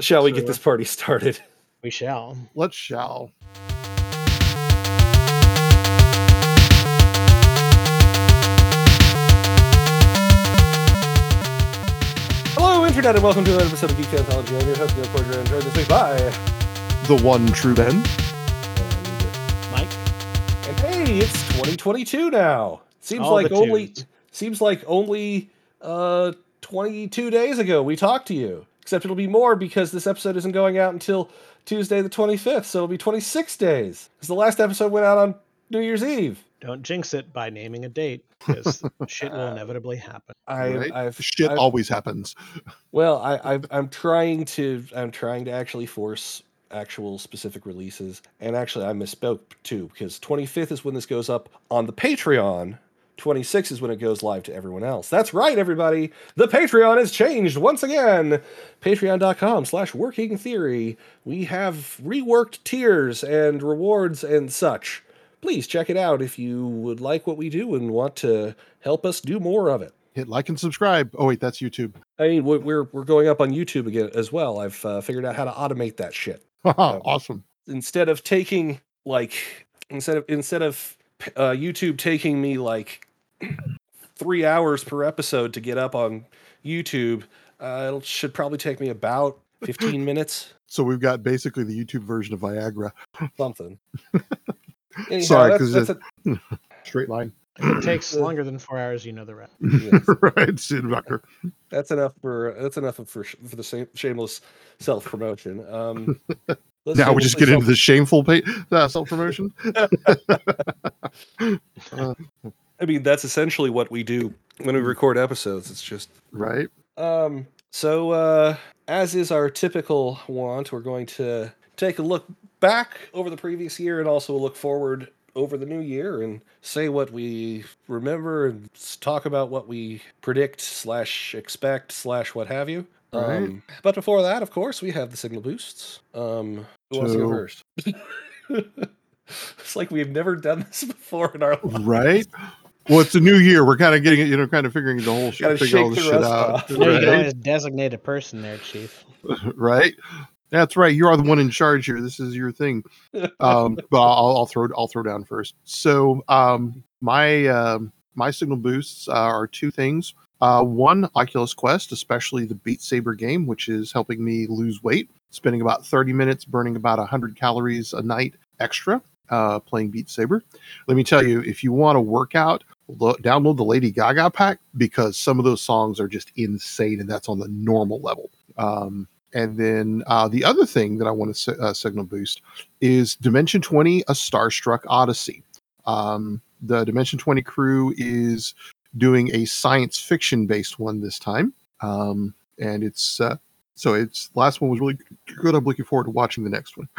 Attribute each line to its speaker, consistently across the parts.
Speaker 1: Shall we get this party started?
Speaker 2: We shall.
Speaker 3: Let's shall.
Speaker 1: Hello, Internet, and welcome to another episode of Geek Anthology. I'm your host, Neil Porter, and joined this week by...
Speaker 3: The one true Ben.
Speaker 1: And,
Speaker 2: Mike,
Speaker 1: and hey, it's 2022 now. Seems
Speaker 2: All
Speaker 1: like
Speaker 2: the
Speaker 1: only...
Speaker 2: twos.
Speaker 1: Seems like only uh, 22 days ago we talked to you. Except it'll be more because this episode isn't going out until Tuesday the 25th, so it'll be 26 days. Because the last episode went out on New Year's Eve.
Speaker 2: don't jinx it by naming a date because shit will inevitably happen.
Speaker 1: I,
Speaker 3: Right.
Speaker 1: I've
Speaker 3: Shit
Speaker 1: I've-
Speaker 3: always happens.
Speaker 1: Well, I, I I'm trying to I'm trying to actually force actual specific releases, and actually I misspoke too because 25th is when this goes up on the Patreon. 26 is when it goes live to everyone else. That's right, everybody. The Patreon has changed once again. Patreon.com slash working theory. We have reworked tiers and rewards and such. Please check it out if you would like what we do and want to help us do more of it.
Speaker 3: Hit like and subscribe. Oh wait, that's YouTube.
Speaker 1: I mean, we're- we're we're going up on YouTube again as well. I've uh, figured out how to automate that shit
Speaker 3: Haha, awesome.
Speaker 1: instead of taking like instead of instead of uh, YouTube taking me like three hours per episode to get up on YouTube. Uh, it should probably take me about fifteen minutes,
Speaker 3: So we've got basically the YouTube version of Viagra.
Speaker 1: something. Anyhow,
Speaker 3: Sorry,
Speaker 1: that's-
Speaker 3: 'cause
Speaker 1: that's a-
Speaker 3: Straight line.
Speaker 2: If it takes longer than four hours, you know the rest.
Speaker 1: yes.
Speaker 3: right, Sid Rucker.
Speaker 1: that's enough for that's enough for sh- for the same shameless self promotion. Um, let's
Speaker 3: Now
Speaker 1: see,
Speaker 3: we
Speaker 1: we'll
Speaker 3: just
Speaker 1: play
Speaker 3: get into
Speaker 1: some-
Speaker 3: the shameful pa- uh, self-promotion.
Speaker 1: I mean, that's essentially what we do when we record episodes. It's just
Speaker 3: right.
Speaker 1: Um, so, uh, as is our typical want, we're going to take a look back over the previous year and also a look forward over the new year and say what we remember and s- talk about what we predict slash expect slash what have you.
Speaker 3: Right.
Speaker 1: Um, but before that, of course, we have the signal boosts. Um, who wants to go
Speaker 3: So-
Speaker 1: first? it's like we've never done this before in our life.
Speaker 3: Right. Well, it's a new year. We're kind of getting it, you know, kind of figuring the whole
Speaker 1: Gotta
Speaker 3: shit, figure
Speaker 1: shake
Speaker 3: all this
Speaker 1: the
Speaker 3: shit
Speaker 1: rust
Speaker 3: out.
Speaker 1: off.
Speaker 2: You know, you can
Speaker 3: Right?
Speaker 2: always designate a person there, Chief.
Speaker 3: right. That's right. You are the one in charge here. This is your thing. um, but I'll, I'll throw I'll throw down first. So um, my um my signal boosts uh, are two things. Uh, one, Oculus Quest, especially the Beat Saber game, which is helping me lose weight. Spending about 30 minutes, burning about 100 calories a night extra uh, playing Beat Saber. Let me tell you, if you want to work out, lo- download the Lady Gaga pack because some of those songs are just insane, and that's on the normal level. Um, and then uh, the other thing that I want to si- uh, signal boost is Dimension 20 a Starstruck Odyssey. Um, the Dimension 20 crew is doing a science fiction based one this time. Um, and it's uh, so it's last one was really good. I'm looking forward to watching the next one,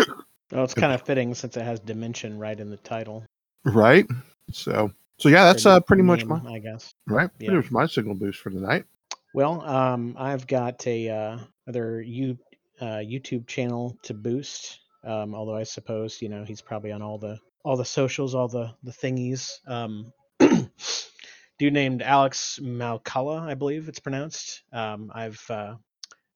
Speaker 2: Well, it's kind of fitting since it has dimension right in the title.
Speaker 3: right? So, so yeah, that's
Speaker 2: Or
Speaker 3: uh, pretty much
Speaker 2: name,
Speaker 3: my
Speaker 2: I guess.
Speaker 3: right,
Speaker 2: yeah.
Speaker 3: pretty much my signal boost for tonight.
Speaker 2: Well, um, I've got a uh, other you uh, YouTube channel to boost. Um, although I suppose you know he's probably on all the all the socials, all the the thingies. Um, dude named Alex Malcala, I believe it's pronounced. Um, I've uh,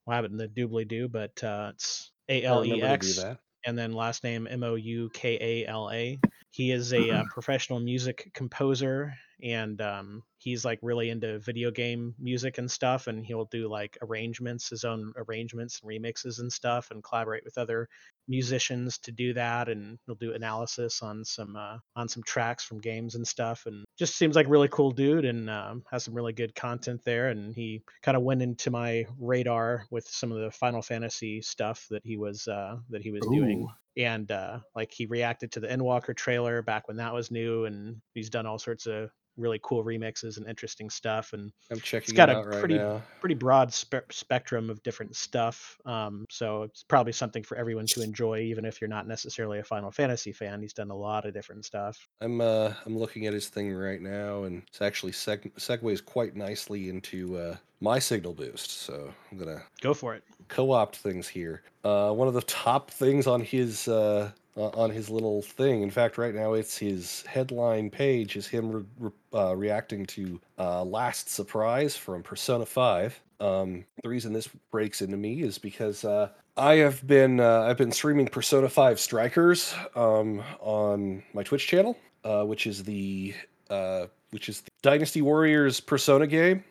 Speaker 2: well, I haven't the doobly doo, but uh, it's A
Speaker 1: I'll
Speaker 2: L E
Speaker 1: remember to do
Speaker 2: X
Speaker 1: that.
Speaker 2: and then last name M O U K A L A. He is a uh, professional music composer, and um, he's like really into video game music and stuff. And he'll do like arrangements, his own arrangements and remixes and stuff, and collaborate with other musicians to do that. And he'll do analysis on some uh, on some tracks from games and stuff. And just seems like a really cool dude, and um, has some really good content there. And he kind of went into my radar with some of the Final Fantasy stuff that he was uh, that he was doing
Speaker 3: Ooh.
Speaker 2: and uh, like he reacted to the Endwalker trailer back when that was new, and he's done all sorts of really cool remixes and interesting stuff, and
Speaker 1: I'm checking
Speaker 2: got
Speaker 1: it
Speaker 2: a
Speaker 1: out right
Speaker 2: pretty-
Speaker 1: now.
Speaker 2: pretty broad spe- spectrum of different stuff. Um, so it's probably something for everyone to enjoy, even if you're not necessarily a Final Fantasy fan. He's done a lot of different stuff.
Speaker 1: I'm uh I'm looking at his thing right now, and it's actually seg- segues quite nicely into uh, my signal boost. So I'm gonna
Speaker 2: Go for it.
Speaker 1: co-opt things here. Uh, one of the top things on his uh, uh, on his little thing. In fact, right now it's his headline page is him re- re- uh, reacting to uh, Last Surprise from Persona Five. Um, the reason this breaks into me is because uh, I have been uh, I've been streaming Persona Five Strikers um, on my Twitch channel, uh, which is the uh, which is the Dynasty Warriors Persona game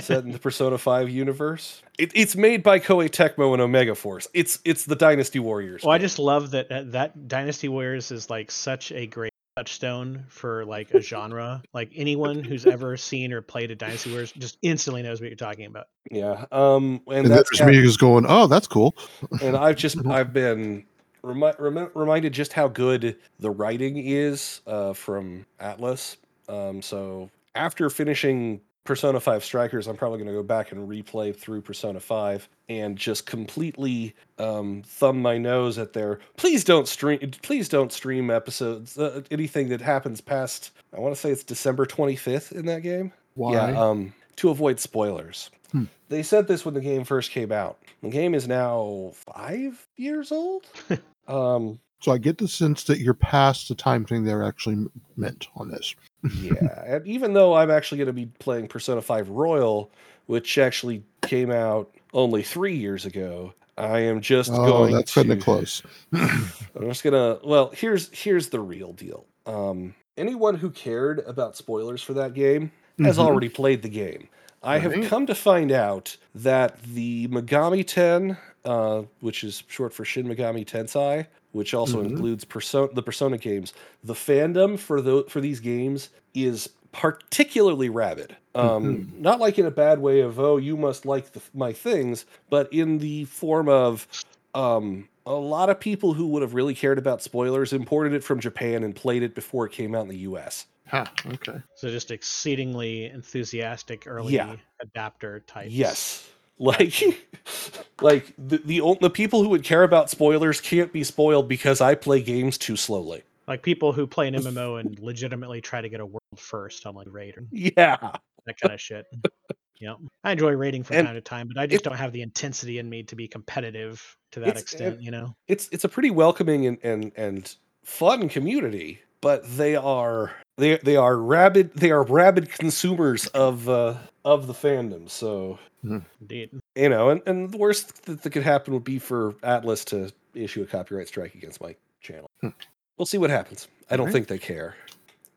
Speaker 1: set in the Persona Five universe. It, it's made by Koei Tecmo and Omega Force. It's it's the Dynasty Warriors.
Speaker 2: Well, Oh, I
Speaker 1: game.
Speaker 2: just love that that- that Dynasty Warriors is like such a great touchstone for like a genre. like anyone who's ever seen or played a Dynasty Warriors just instantly knows what you're talking about.
Speaker 1: yeah. Um, and,
Speaker 4: And
Speaker 1: that's
Speaker 4: there's me who's going, oh, that's cool.
Speaker 1: and I've just I've been remi- remi- reminded just how good the writing is uh, from Atlas. Um, so after finishing Persona Five Strikers, I'm probably going to go back and replay through Persona Five and just completely um, thumb my nose at their please don't stream please don't stream episodes uh, anything that happens past I want to say it's December 25th in that game.
Speaker 4: Why?
Speaker 1: Yeah, um, to avoid spoilers.
Speaker 4: Hmm.
Speaker 1: They said this when the game first came out. The game is now five years old. um,
Speaker 4: so I get the sense that you're past the time thing they're actually meant on this.
Speaker 1: yeah, and even though I'm actually going to be playing Persona 5 Royal, which actually came out only three years ago, I am just
Speaker 4: oh,
Speaker 1: going.
Speaker 4: that's
Speaker 1: to...
Speaker 4: cutting it close.
Speaker 1: I'm just gonna. Well, here's here's the real deal. Um, anyone who cared about spoilers for that game has
Speaker 3: Mm-hmm.
Speaker 4: Mhm.
Speaker 1: already played the game. I have
Speaker 4: Right.
Speaker 1: come to find out that the Megami Ten, uh, which is short for Shin Megami Tensei, which also
Speaker 4: Mhm.
Speaker 1: includes Persona, the Persona games, the fandom for those for these games is particularly rabid. Um, Not like in a bad way of oh you must like the, my things, but in the form of um, a lot of people who would have really cared about spoilers imported it from Japan and played it before it came out in the U.S.
Speaker 4: Huh, okay.
Speaker 2: So just exceedingly enthusiastic early
Speaker 1: Yeah.
Speaker 2: adapter types.
Speaker 1: Yes. Like, like the the, ol- the people who would care about spoilers can't be spoiled because I play games too slowly.
Speaker 2: Like people who play an MMO and legitimately try to get a world first on like raid or
Speaker 1: Yeah,
Speaker 2: that kind of shit. Yeah. I enjoy raiding from
Speaker 1: And
Speaker 2: time to time, but I just
Speaker 1: it-
Speaker 2: don't have the intensity in me to be competitive to that
Speaker 1: It's- eh
Speaker 2: extent, you know.
Speaker 1: it's it's a pretty welcoming and and and fun community, but they are they they are rabid they are rabid consumers of uh, of the fandom. So
Speaker 2: Indeed.
Speaker 1: you know, and, and the worst that, that could happen would be for Atlas to issue a copyright strike against my channel.
Speaker 4: Hmm.
Speaker 1: We'll see what happens. I don't
Speaker 4: Alright.
Speaker 1: think they care.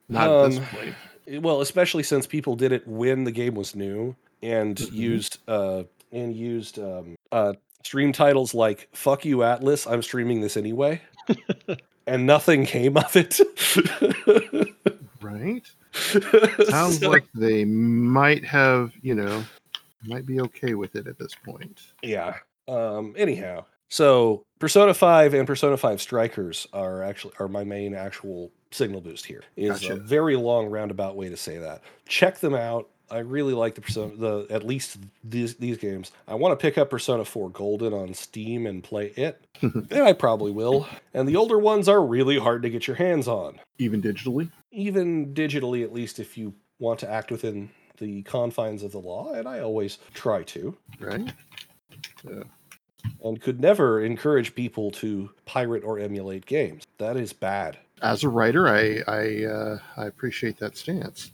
Speaker 4: Not at this
Speaker 1: Um,
Speaker 4: point.
Speaker 1: Eh, Well, especially since people did it when the game was new and
Speaker 4: Mhm.
Speaker 1: used uh and used um uh stream titles like "Fuck you, Atlas," I'm streaming this anyway, and nothing came of it.
Speaker 4: Right? Sounds
Speaker 1: So-
Speaker 4: like they might have, you know, might be okay with it at this point.
Speaker 1: Yeah. Um. Anyhow, so Persona Five and Persona Five Strikers are actually are my main actual signal boost here. Is
Speaker 4: Gotcha.
Speaker 1: a very long roundabout way to say that. Check them out. I really like the Persona. The at least these these games. I want to pick up Persona Four Golden on Steam and play it. and I probably will. And the older ones are really hard to get your hands on,
Speaker 4: Even digitally?
Speaker 1: even digitally. At least if you want to act within the confines of the law, and I always try to
Speaker 4: Right?
Speaker 1: and could never encourage people to pirate or emulate games. That is bad.
Speaker 4: As a writer, I I uh, I appreciate that stance.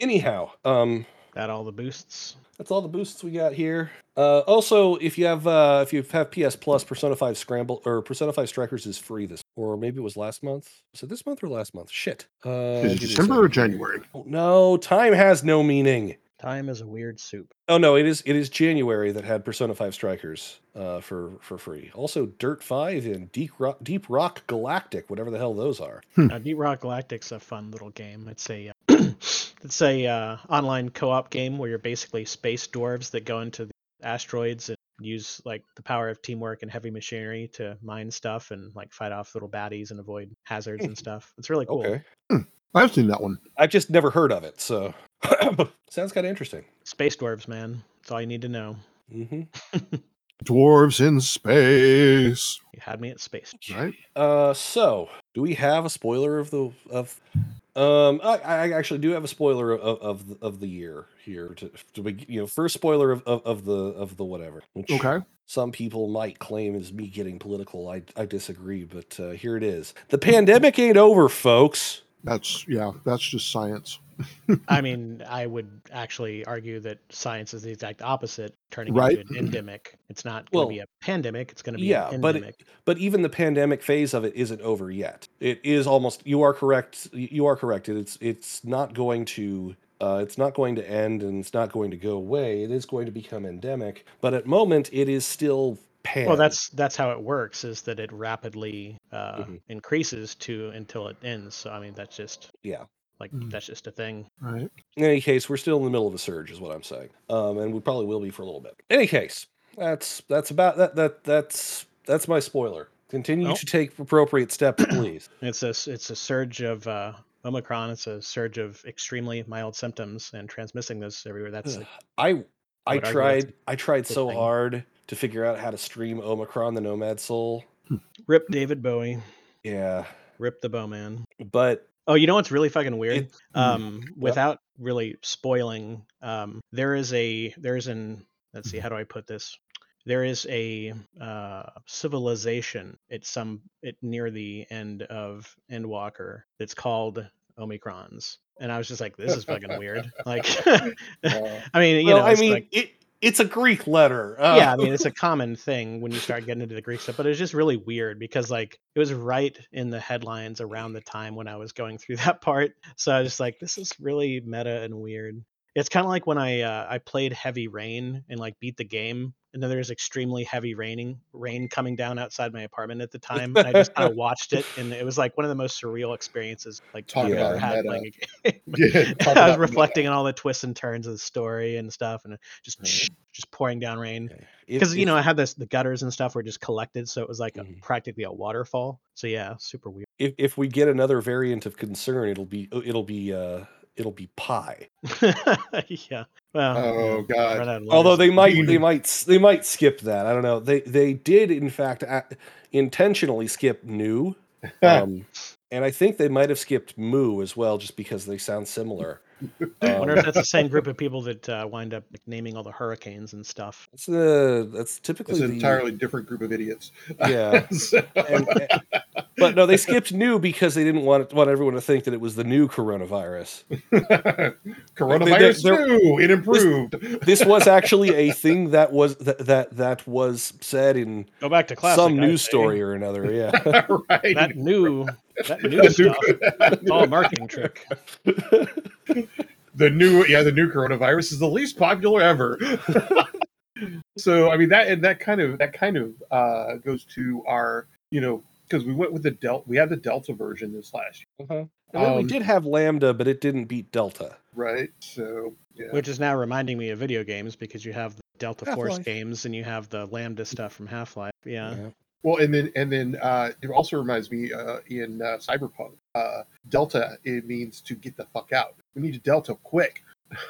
Speaker 1: Anyhow, um,
Speaker 2: That all the boosts.
Speaker 1: that's all the boosts we got here. Uh, also, if you have uh, if you have PS Plus, Persona Five Scramble or Persona Five Strikers is free this, or maybe it was last month. Was it this month or last month? Shit. Uh,
Speaker 4: Is it
Speaker 1: give me a
Speaker 4: December or
Speaker 1: second.
Speaker 4: January?
Speaker 1: Oh, no, time has no meaning.
Speaker 2: Time is a weird soup.
Speaker 1: Oh no, it is it is January that had Persona Five Strikers uh, for for free. Also, Dirt Five and Deep Rock, Deep Rock Galactic, whatever the hell those are.
Speaker 2: Now, Deep Uh, Rock Galactic's a fun little game. It's a uh, it's a uh, online co-op game where you're basically space dwarves that go into the asteroids and use like the power of teamwork and heavy machinery to mine stuff and like fight off little baddies and avoid hazards and stuff. It's really cool.
Speaker 1: Okay.
Speaker 4: I've seen that one.
Speaker 1: I've just never heard of it. So sounds kind of interesting.
Speaker 2: Space dwarves, man. That's all you need to know.
Speaker 1: hmm
Speaker 4: Dwarves in space.
Speaker 2: You had me at space.
Speaker 4: Right?
Speaker 1: Uh, so do we have a spoiler of the of? Um, I, I actually do have a spoiler of of, the- of the year here. To, to be, you know, first spoiler of, of, of the of the whatever. Which
Speaker 4: Okay.
Speaker 1: Some people might claim is me getting political. I I disagree, but uh, here it is. The pandemic ain't over, folks.
Speaker 3: That's yeah. That's just science.
Speaker 2: I mean, I would actually argue that science is the exact opposite, turning
Speaker 3: Right.
Speaker 2: into an endemic. It's not going
Speaker 1: Well,
Speaker 2: to be a pandemic. It's going to be
Speaker 1: yeah,
Speaker 2: an
Speaker 1: but it-
Speaker 2: endemic.
Speaker 1: but even the pandemic phase of it isn't over yet. It is almost. You are correct. You are correct. It's it's not going to. Uh, it's not going to end, and it's not going to go away. It is going to become endemic. But at moment, it is still pan.
Speaker 2: well, that's that's how it works. Is that it rapidly uh,
Speaker 1: Mhm.
Speaker 2: increases to until it ends. So I mean, that's just
Speaker 1: Yeah.
Speaker 2: like
Speaker 3: Mhm.
Speaker 2: that's just a thing.
Speaker 3: Right.
Speaker 1: in any case, we're still in the middle of a surge, is what I'm saying. Um, and we probably will be for a little bit. Any case, that's that's about that that that's that's my spoiler. Continue
Speaker 2: Well-
Speaker 1: to take appropriate steps, please.
Speaker 2: It's a s- it's a surge of uh, Omicron. It's a surge of extremely mild symptoms and transmitting this everywhere. That's like,
Speaker 1: I I
Speaker 2: would argue that's
Speaker 1: tried I tried
Speaker 2: good
Speaker 1: so
Speaker 2: thing.
Speaker 1: hard to figure out how to stream Omicron the Nomad Soul.
Speaker 2: rip David Bowie,
Speaker 1: Yeah,
Speaker 2: rip the Bowman.
Speaker 1: but
Speaker 2: Oh, you know what's really fucking weird?
Speaker 1: It- mm,
Speaker 2: um, without really spoiling, um, there is a there is an let's
Speaker 1: Mm-hmm.
Speaker 2: see, how do I put this? There is a uh, civilization at some at near the end of Endwalker that's called Omicrons, and I was just like, this is fucking weird. Like, I mean, you
Speaker 1: well,
Speaker 2: know,
Speaker 1: I
Speaker 2: it's
Speaker 1: mean
Speaker 2: like,
Speaker 1: it. It's a Greek letter. Uh,
Speaker 2: yeah, I mean, it's a common thing when you start getting into the Greek stuff, but it's just really weird because like it was right in the headlines around the time when I was going through that part. So I was just like, this is really meta and weird. It's kind of like when I uh, I played Heavy Rain and like beat the game, and then there's extremely heavy raining rain coming down outside my apartment at the time, and I just kind of watched it, and it was like one of the most surreal experiences like
Speaker 3: Talk
Speaker 2: I've
Speaker 1: about
Speaker 2: ever had
Speaker 3: meta.
Speaker 2: playing a game.
Speaker 3: Yeah. talk
Speaker 2: I
Speaker 3: about
Speaker 2: was reflecting on all the twists and turns of the story and stuff, and just
Speaker 1: Mhm.
Speaker 2: just pouring down rain
Speaker 1: It-
Speaker 2: because you
Speaker 1: it's-
Speaker 2: know I had this the gutters and stuff were just collected, so it was like a,
Speaker 1: Mhm.
Speaker 2: practically a waterfall. So yeah, super weird.
Speaker 1: if if we get another variant of concern, it'll be it'll be uh it'll be pie.
Speaker 2: yeah. Well.
Speaker 3: Oh,
Speaker 2: yeah,
Speaker 3: God.
Speaker 2: run out of
Speaker 1: Although
Speaker 2: letters.
Speaker 1: they might,
Speaker 3: Mm.
Speaker 1: they might, s- they might skip that. I don't know. They they did in fact a- intentionally skip new, um, and I think they might have skipped moo as well, just because they sound similar.
Speaker 2: I
Speaker 1: Um,
Speaker 2: wonder if that's the same group of people that uh, wind up like, naming all the hurricanes and stuff.
Speaker 1: that's the that's typically
Speaker 3: It's an
Speaker 1: the- uh,
Speaker 3: entirely different group of idiots.
Speaker 1: yeah.
Speaker 3: So-
Speaker 1: And- and- but no, they skipped new because they didn't want want everyone to think that it was the new coronavirus.
Speaker 3: Coronavirus
Speaker 1: They- they-
Speaker 3: new, it improved.
Speaker 1: This was actually a thing that was that that, that was said in
Speaker 2: Go back to class.
Speaker 1: some news story or another. Yeah.
Speaker 3: right.
Speaker 2: That new, that
Speaker 3: The
Speaker 2: new
Speaker 3: new-
Speaker 2: stuff. It's all a marketing trick.
Speaker 3: the new yeah the new coronavirus is the least popular ever so i mean that and that kind of that kind of uh goes to our you know because we went with the delta we had the delta version this last year
Speaker 1: And then we
Speaker 3: Um,
Speaker 1: did have Lambda, but it didn't beat Delta.
Speaker 3: right so yeah
Speaker 2: Which is now reminding me of video games because you have the Delta Force
Speaker 1: Half-Life.
Speaker 2: games and you have the Lambda stuff from Half Life. Yeah.
Speaker 3: well and then and then uh it also reminds me uh in uh, cyberpunk uh delta it means to get the fuck out we need to delta quick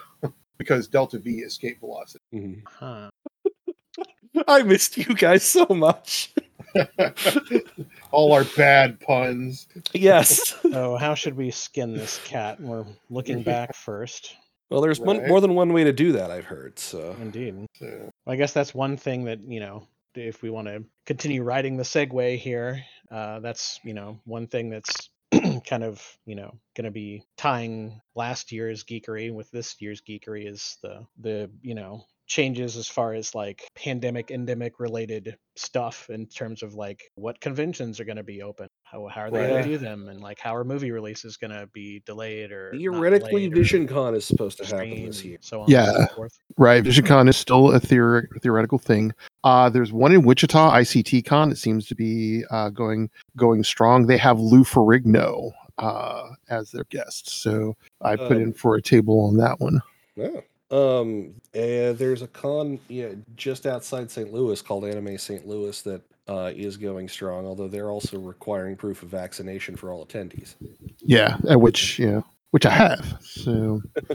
Speaker 3: because delta v is escape velocity
Speaker 1: Mhm.
Speaker 2: Huh.
Speaker 1: I missed you guys so much.
Speaker 3: all our bad puns
Speaker 1: yes.
Speaker 2: So how should we skin this cat? We're looking back first.
Speaker 1: Well, there's one,
Speaker 3: Right.
Speaker 1: more than one way to do that, I've heard. So
Speaker 2: Indeed.
Speaker 3: so
Speaker 2: Well, I guess that's one thing that, you know, if we want to continue riding the segue here, uh, that's, you know, one thing that's kind of, you know, going to be tying last year's geekery with this year's geekery is the, the, you know, changes as far as like pandemic endemic related stuff in terms of like what conventions are going to be open how, how are they going
Speaker 1: Right.
Speaker 2: to do them and like how are movie releases going to be delayed or not
Speaker 1: theoretically,
Speaker 2: delayed or
Speaker 1: VisionCon is supposed to happen
Speaker 2: restrained
Speaker 1: this
Speaker 2: and
Speaker 1: year.
Speaker 2: so on yeah
Speaker 3: Yeah. Right. VisionCon is still a theor- theoretical thing. Uh, there's one in Wichita, ICT Con. It seems to be uh, going going strong. They have Lou Ferrigno uh, as their guest, so I put
Speaker 1: Um,
Speaker 3: in for a table on that one.
Speaker 1: Yeah. Um, uh, there's a con yeah, just outside St. Louis called Anime St. Louis that uh, is going strong, although they're also requiring proof of vaccination for all attendees.
Speaker 3: Yeah, at which you know, which I have. So,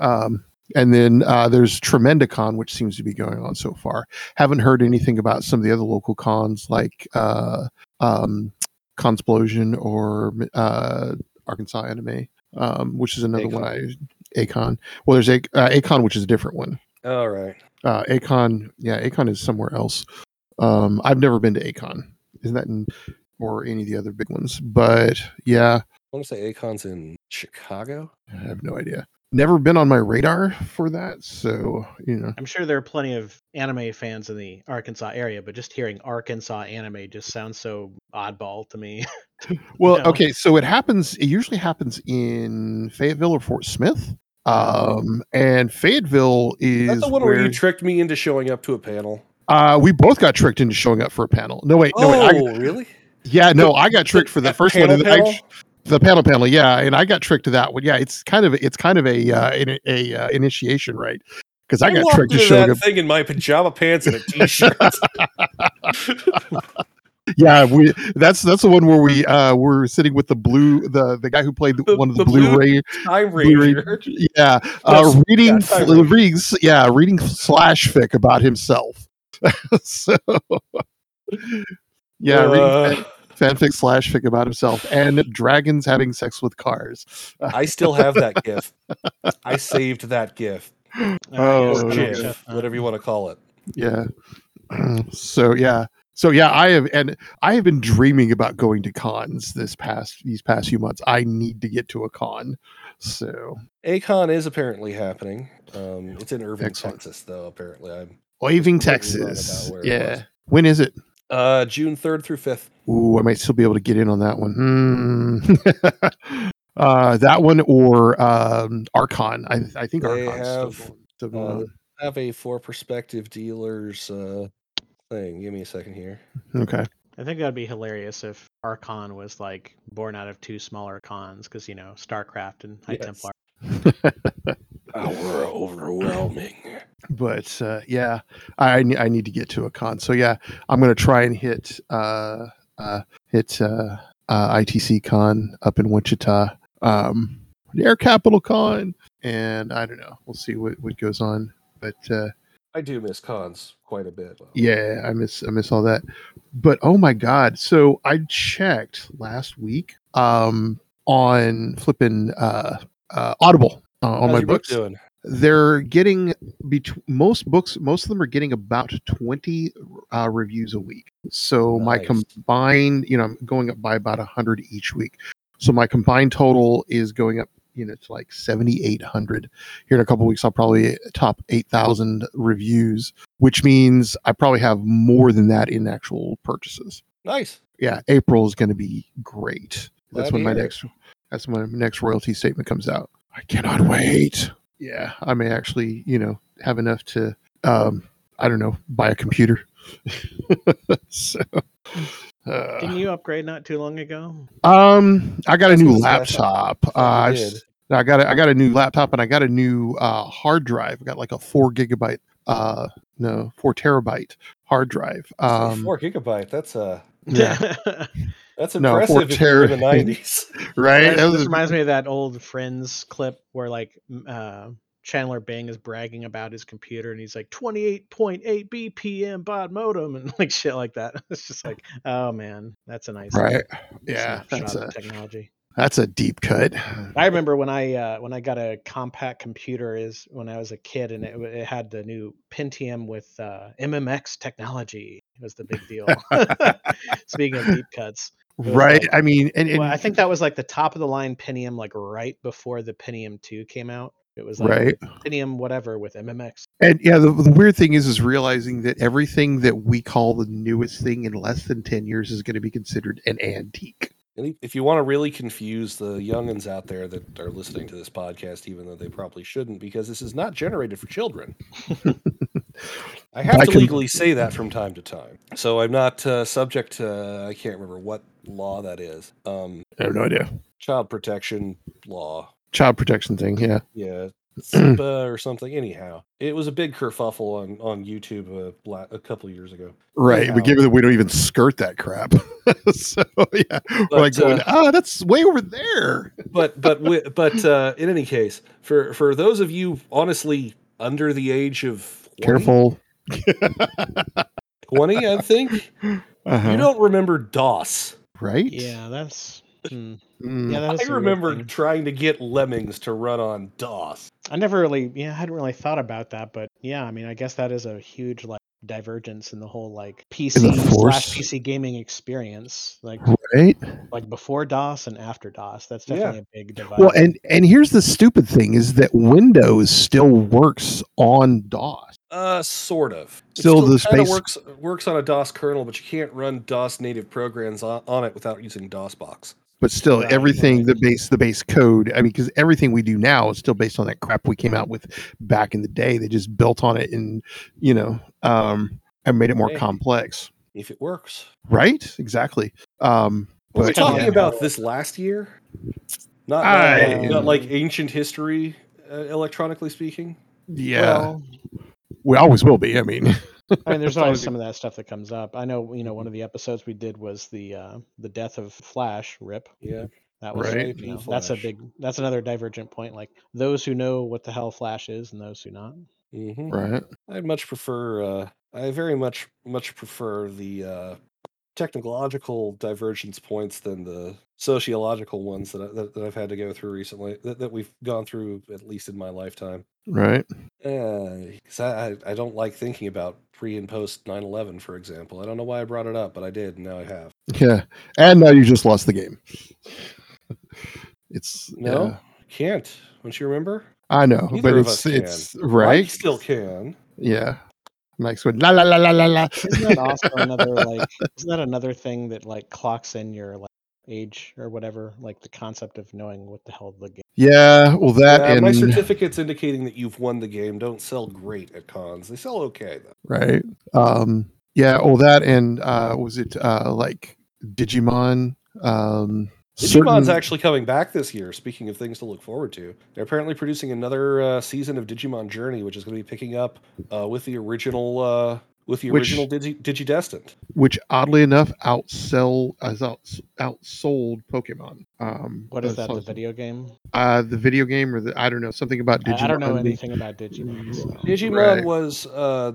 Speaker 3: um, and then uh, there's Tremendicon, which seems to be going on so far. Haven't heard anything about some of the other local cons like uh, um, Consplosion or uh, Arkansas Anime, um, which is another one I Acon. Well, there's a uh, Acon, which is a different one.
Speaker 1: All right.
Speaker 3: Uh, Acon, yeah, Acon is somewhere else. Um, I've never been to Acon. Isn't that in or any of the other big ones? But yeah,
Speaker 1: want to say Acon's in Chicago.
Speaker 3: I have no idea. Never been on my radar for that, so you know.
Speaker 2: I'm sure there are plenty of anime fans in the Arkansas area, but just hearing Arkansas anime just sounds so oddball to me.
Speaker 3: Well,
Speaker 2: No.
Speaker 3: okay, so it happens. It usually happens in Fayetteville or Fort Smith. Um, and Fayetteville is
Speaker 1: That's the one where
Speaker 3: where-
Speaker 1: you tricked me into showing up to a panel.
Speaker 3: uh, we both got tricked into showing up for a panel. No wait, no wait, I,
Speaker 1: oh, really?
Speaker 3: Yeah, no, I got tricked for the
Speaker 1: That
Speaker 3: first one.
Speaker 1: panel
Speaker 3: and I-
Speaker 1: panel?
Speaker 3: the panel panel, yeah, and I got tricked to that one. Yeah, it's kind of it's kind of a uh, in, a uh, initiation, right? Because I got
Speaker 1: walked
Speaker 3: tricked to
Speaker 1: into
Speaker 3: showing
Speaker 1: that
Speaker 3: up.
Speaker 1: thing in my pajama pants and a t-shirt.
Speaker 3: Yeah, we that's that's the one where we uh, were sitting with the blue the the guy who played
Speaker 1: The-
Speaker 3: one of the,
Speaker 1: the
Speaker 3: Blue
Speaker 1: blue-
Speaker 3: Ray.
Speaker 1: I'm
Speaker 3: Blue Ranger. Yeah, uh,
Speaker 1: Yes,
Speaker 3: reading
Speaker 1: yes, I
Speaker 3: f-
Speaker 1: remember.
Speaker 3: reading s- yeah reading slash fic about himself. so yeah,
Speaker 1: Uh.
Speaker 3: reading fan, fanfic slash fic about himself and dragons having sex with cars.
Speaker 1: I still have that gif. I saved that gif.
Speaker 3: Oh,
Speaker 2: yes,
Speaker 1: Or
Speaker 2: I don't
Speaker 3: yeah.
Speaker 1: gif,
Speaker 2: shut up.
Speaker 1: whatever you want to call it.
Speaker 3: yeah so yeah so yeah i have and i have been dreaming about going to cons this past these past few months i need to get to a con so
Speaker 1: Acon is apparently happening. Um, it's in Irving,
Speaker 3: Excellent.
Speaker 1: Texas, though. Apparently, I'm
Speaker 3: waving
Speaker 1: Totally wrong
Speaker 3: texas
Speaker 1: about where it
Speaker 3: yeah
Speaker 1: was.
Speaker 3: when is it
Speaker 1: uh, June third through fifth.
Speaker 3: Ooh, I might still be able to get in on that one. Hmm. uh, that one or um, Archon. I, I think
Speaker 1: They
Speaker 3: Archon's
Speaker 1: have,
Speaker 3: still going. still going on.
Speaker 1: Have a four prospective dealers uh, thing. Give me a second here.
Speaker 3: Okay.
Speaker 2: I think that'd be hilarious if our con was like born out of two smaller cons, because you know StarCraft and High
Speaker 1: Yes.
Speaker 2: Templar.
Speaker 1: Our overwhelming.
Speaker 3: But uh, yeah, I I ne- I need to get to a con. So yeah, I'm gonna try and hit uh, uh, hit uh, uh, ITC con up in Wichita, um, the Air Capital Con, and I don't know. We'll see what what goes on. But uh,
Speaker 1: I do miss cons quite a bit.
Speaker 3: Yeah, I miss I miss all that. But oh my god. So I checked last week um on flipping uh, uh Audible uh, on
Speaker 1: How's
Speaker 3: my
Speaker 1: your book
Speaker 3: books.
Speaker 1: doing?
Speaker 3: They're getting bet- most books most of them are getting about 20 uh, reviews a week. So my
Speaker 1: Nice.
Speaker 3: combined, you know, I'm going up by about 100 each week. So my combined total is going up you know, it's like 7,800. Here in a couple weeks, I'll probably top 8,000 reviews which means I probably have more than that in actual purchases.
Speaker 1: Nice.
Speaker 3: Yeah, April is going to be great.
Speaker 1: Glad
Speaker 3: That's
Speaker 1: to
Speaker 3: when my
Speaker 1: hear it.
Speaker 3: next that's when my next royalty statement comes out. I cannot wait. Yeah, I may actually, you know, have enough to um I don't know, buy a computer. so uh,
Speaker 2: Didn't you upgrade not too long ago?
Speaker 3: um I got a
Speaker 1: That's
Speaker 3: new
Speaker 1: what I thought-
Speaker 3: laptop. Uh,
Speaker 1: I
Speaker 3: I've
Speaker 1: did.
Speaker 3: s- I got a, I got a new laptop and I got a new uh, hard drive. I got like a four gigabyte, uh, no, four terabyte hard drive. Um,
Speaker 1: four gigabyte. That's uh,
Speaker 3: yeah,
Speaker 1: that's
Speaker 3: No,
Speaker 1: impressive.
Speaker 3: four
Speaker 1: if you're in the
Speaker 3: terabyte.
Speaker 1: nineties.
Speaker 3: right. That
Speaker 2: That- this,
Speaker 3: was-
Speaker 2: reminds me of that old Friends clip where like m- uh, Chandler Bing is bragging about his computer and he's like 28.8 BPM baud modem and like shit like that. It's just like, oh man, that's a nice
Speaker 3: right. Yeah,
Speaker 2: snapshot
Speaker 3: that's
Speaker 2: of
Speaker 3: a
Speaker 2: technology.
Speaker 3: that's a deep cut.
Speaker 2: I remember when I uh, when I got a compact computer is when I was a kid and it, w- it had the new Pentium with uh, MMX technology was the big deal. Speaking of deep cuts, was
Speaker 3: Right.
Speaker 2: like-
Speaker 3: I mean, and, and
Speaker 2: well, I think that was like the top of the line Pentium, like right before the Pentium 2 came out. It was like
Speaker 3: right.
Speaker 2: Pentium whatever with MMX.
Speaker 3: And yeah, the, the weird thing is, is realizing that everything that we call the newest thing in less than ten years is going to be considered an antique.
Speaker 1: And if- if you want to really confuse the youngins out there that are listening to this podcast, even though they probably shouldn't, because this is not generated for children. I have
Speaker 3: I
Speaker 1: to
Speaker 3: can-
Speaker 1: legally say that from time to time, so I'm not uh, subject to. I can't remember what law that is. Um,
Speaker 3: I have no idea.
Speaker 1: child protection law.
Speaker 3: Child protection thing. Yeah.
Speaker 1: Yeah. SIPA or something. Anyhow, it was a big kerfuffle on on YouTube a, la- a couple years ago.
Speaker 3: Right. We
Speaker 1: Yeah.
Speaker 3: give it. We don't even skirt that crap. so yeah, we're like
Speaker 1: But,
Speaker 3: going,
Speaker 1: uh,
Speaker 3: ah, that's way over there.
Speaker 1: but but wi- but uh, in any case, for for those of you honestly under the age of 20,
Speaker 3: Careful.
Speaker 1: 20 I think you don't remember DOS.
Speaker 3: Uh-huh. right?
Speaker 2: Yeah, that's. hmm.
Speaker 3: Mm.
Speaker 2: Yeah, that's
Speaker 1: I remember trying to get Lemmings to run on DOS.
Speaker 2: I never really, yeah, I hadn't really thought about that, but yeah, I mean, I guess that is a huge like divergence in the whole like PC slash
Speaker 3: force? Hmm.
Speaker 2: PC gaming experience, like
Speaker 3: right?
Speaker 2: like before DOS and after DOS. That's
Speaker 1: Yeah.
Speaker 2: definitely a big divide.
Speaker 3: Well, and and here's the stupid thing is that Windows still works on DOS.
Speaker 1: Uh, sort of. It
Speaker 3: Still the
Speaker 1: kinda
Speaker 3: space-
Speaker 1: works works on a DOS kernel, but you can't run DOS native programs on, on it without using DOSBox.
Speaker 3: But still,
Speaker 2: Right,
Speaker 3: everything
Speaker 2: right.
Speaker 3: the base the base code. I mean, because everything we do now is still based on that crap we came out with back in the day. They just built on it and you know um, and made it more
Speaker 1: Hey.
Speaker 3: complex.
Speaker 1: If it works.
Speaker 3: Right? Exactly. Um,
Speaker 1: Were we
Speaker 3: But-
Speaker 1: talking
Speaker 2: Yeah.
Speaker 1: about this last year? Not
Speaker 3: I-
Speaker 1: not, not like ancient history, uh, electronically speaking.
Speaker 3: yeah,
Speaker 2: Well,
Speaker 3: we always will be. I mean,
Speaker 2: I mean, there's always
Speaker 4: That's always a-
Speaker 2: some of that stuff that comes up. I know, you know,
Speaker 1: Mm-hmm.
Speaker 2: one of the episodes we did was the uh, the death of Flash. Rip.
Speaker 1: Yeah.
Speaker 2: That was
Speaker 3: Right.
Speaker 2: you know,
Speaker 1: RIP
Speaker 2: that's a
Speaker 1: Flash.
Speaker 2: big that's another divergent point. Like those who know what the hell Flash is and those who not.
Speaker 1: hmm
Speaker 3: right?
Speaker 1: I'd much prefer. Uh, I very much much prefer the uh, technological divergence points than the sociological ones that, I, that that I've had to go through recently. That, that we've gone through at least in my lifetime.
Speaker 3: Right.
Speaker 1: Because I I, I don't like thinking about pre and post 9-11, for example. I don't know why I brought it up, but I did, and now I have.
Speaker 3: Yeah. And now you just lost the game. It's
Speaker 1: No,
Speaker 3: yeah.
Speaker 1: can't. Don't you remember?
Speaker 3: I know,
Speaker 1: Neither
Speaker 3: but
Speaker 1: of
Speaker 3: it's
Speaker 1: us can.
Speaker 3: it's
Speaker 1: I
Speaker 3: right.
Speaker 1: still can.
Speaker 3: Yeah. Mike's would la la la la la la.
Speaker 2: Isn't that also another like isn't that another thing that like clocks in your like age or whatever, like the concept of knowing what the hell the game
Speaker 3: Yeah, well that
Speaker 1: Yeah, Uh, my
Speaker 3: and
Speaker 1: certificate's indicating that you've won the game. Don't sell great at cons. They sell okay though.
Speaker 3: right. Um yeah, well that and uh was it uh like Digimon? Um
Speaker 1: Digimon's
Speaker 3: certain-
Speaker 1: actually coming back this year. Speaking of things to look forward to, they're apparently producing another uh, season of Digimon Journey, which is going to be picking up uh, with the original uh, with the
Speaker 3: Which-
Speaker 1: original Digi- Digidestined.
Speaker 3: which oddly enough outsell as out outsold Pokemon. Um
Speaker 2: what is that, the
Speaker 3: that's-
Speaker 2: video game?
Speaker 3: Uh the video game or the I don't know, something about
Speaker 2: I,
Speaker 3: Digimon.
Speaker 2: I don't know
Speaker 3: being-
Speaker 2: anything about Digimon. so-
Speaker 1: Digimon
Speaker 3: Right.
Speaker 1: was uh,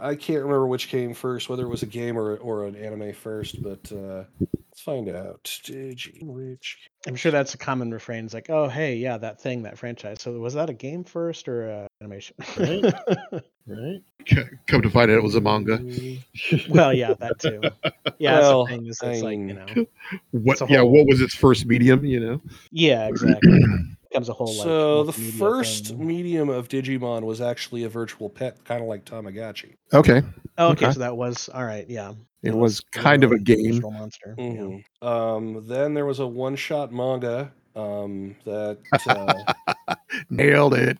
Speaker 1: I can't remember which came first, whether it was a game or or an anime first, but uh, let's find out. Digi which
Speaker 2: I'm sure that's a common refrain. It's like, oh hey, yeah, that thing, that franchise. So was that a game first or uh, animation?
Speaker 3: Right. C- Come to find out it was a manga.
Speaker 2: well, yeah, that too. Yeah, that's
Speaker 1: Well,
Speaker 2: the thing. Is
Speaker 1: I
Speaker 2: it's like you
Speaker 1: mean-
Speaker 2: know.
Speaker 3: What
Speaker 2: It's a
Speaker 3: yeah,
Speaker 2: whole-
Speaker 3: what was its first medium, you know?
Speaker 2: Yeah, exactly. becomes a whole. Like,
Speaker 1: So the
Speaker 2: multimedia
Speaker 1: first
Speaker 2: thing.
Speaker 1: medium of Digimon was actually a virtual pet, kind of like Tamagotchi.
Speaker 3: Okay.
Speaker 2: Oh, okay,
Speaker 3: okay.
Speaker 2: so that was all right. Yeah,
Speaker 3: It
Speaker 2: that
Speaker 3: was kind of a
Speaker 2: literally
Speaker 3: game.
Speaker 2: digital monster. yeah.
Speaker 1: Mhm. Um, then there was a one-shot manga. Um, that uh,
Speaker 3: Nailed it.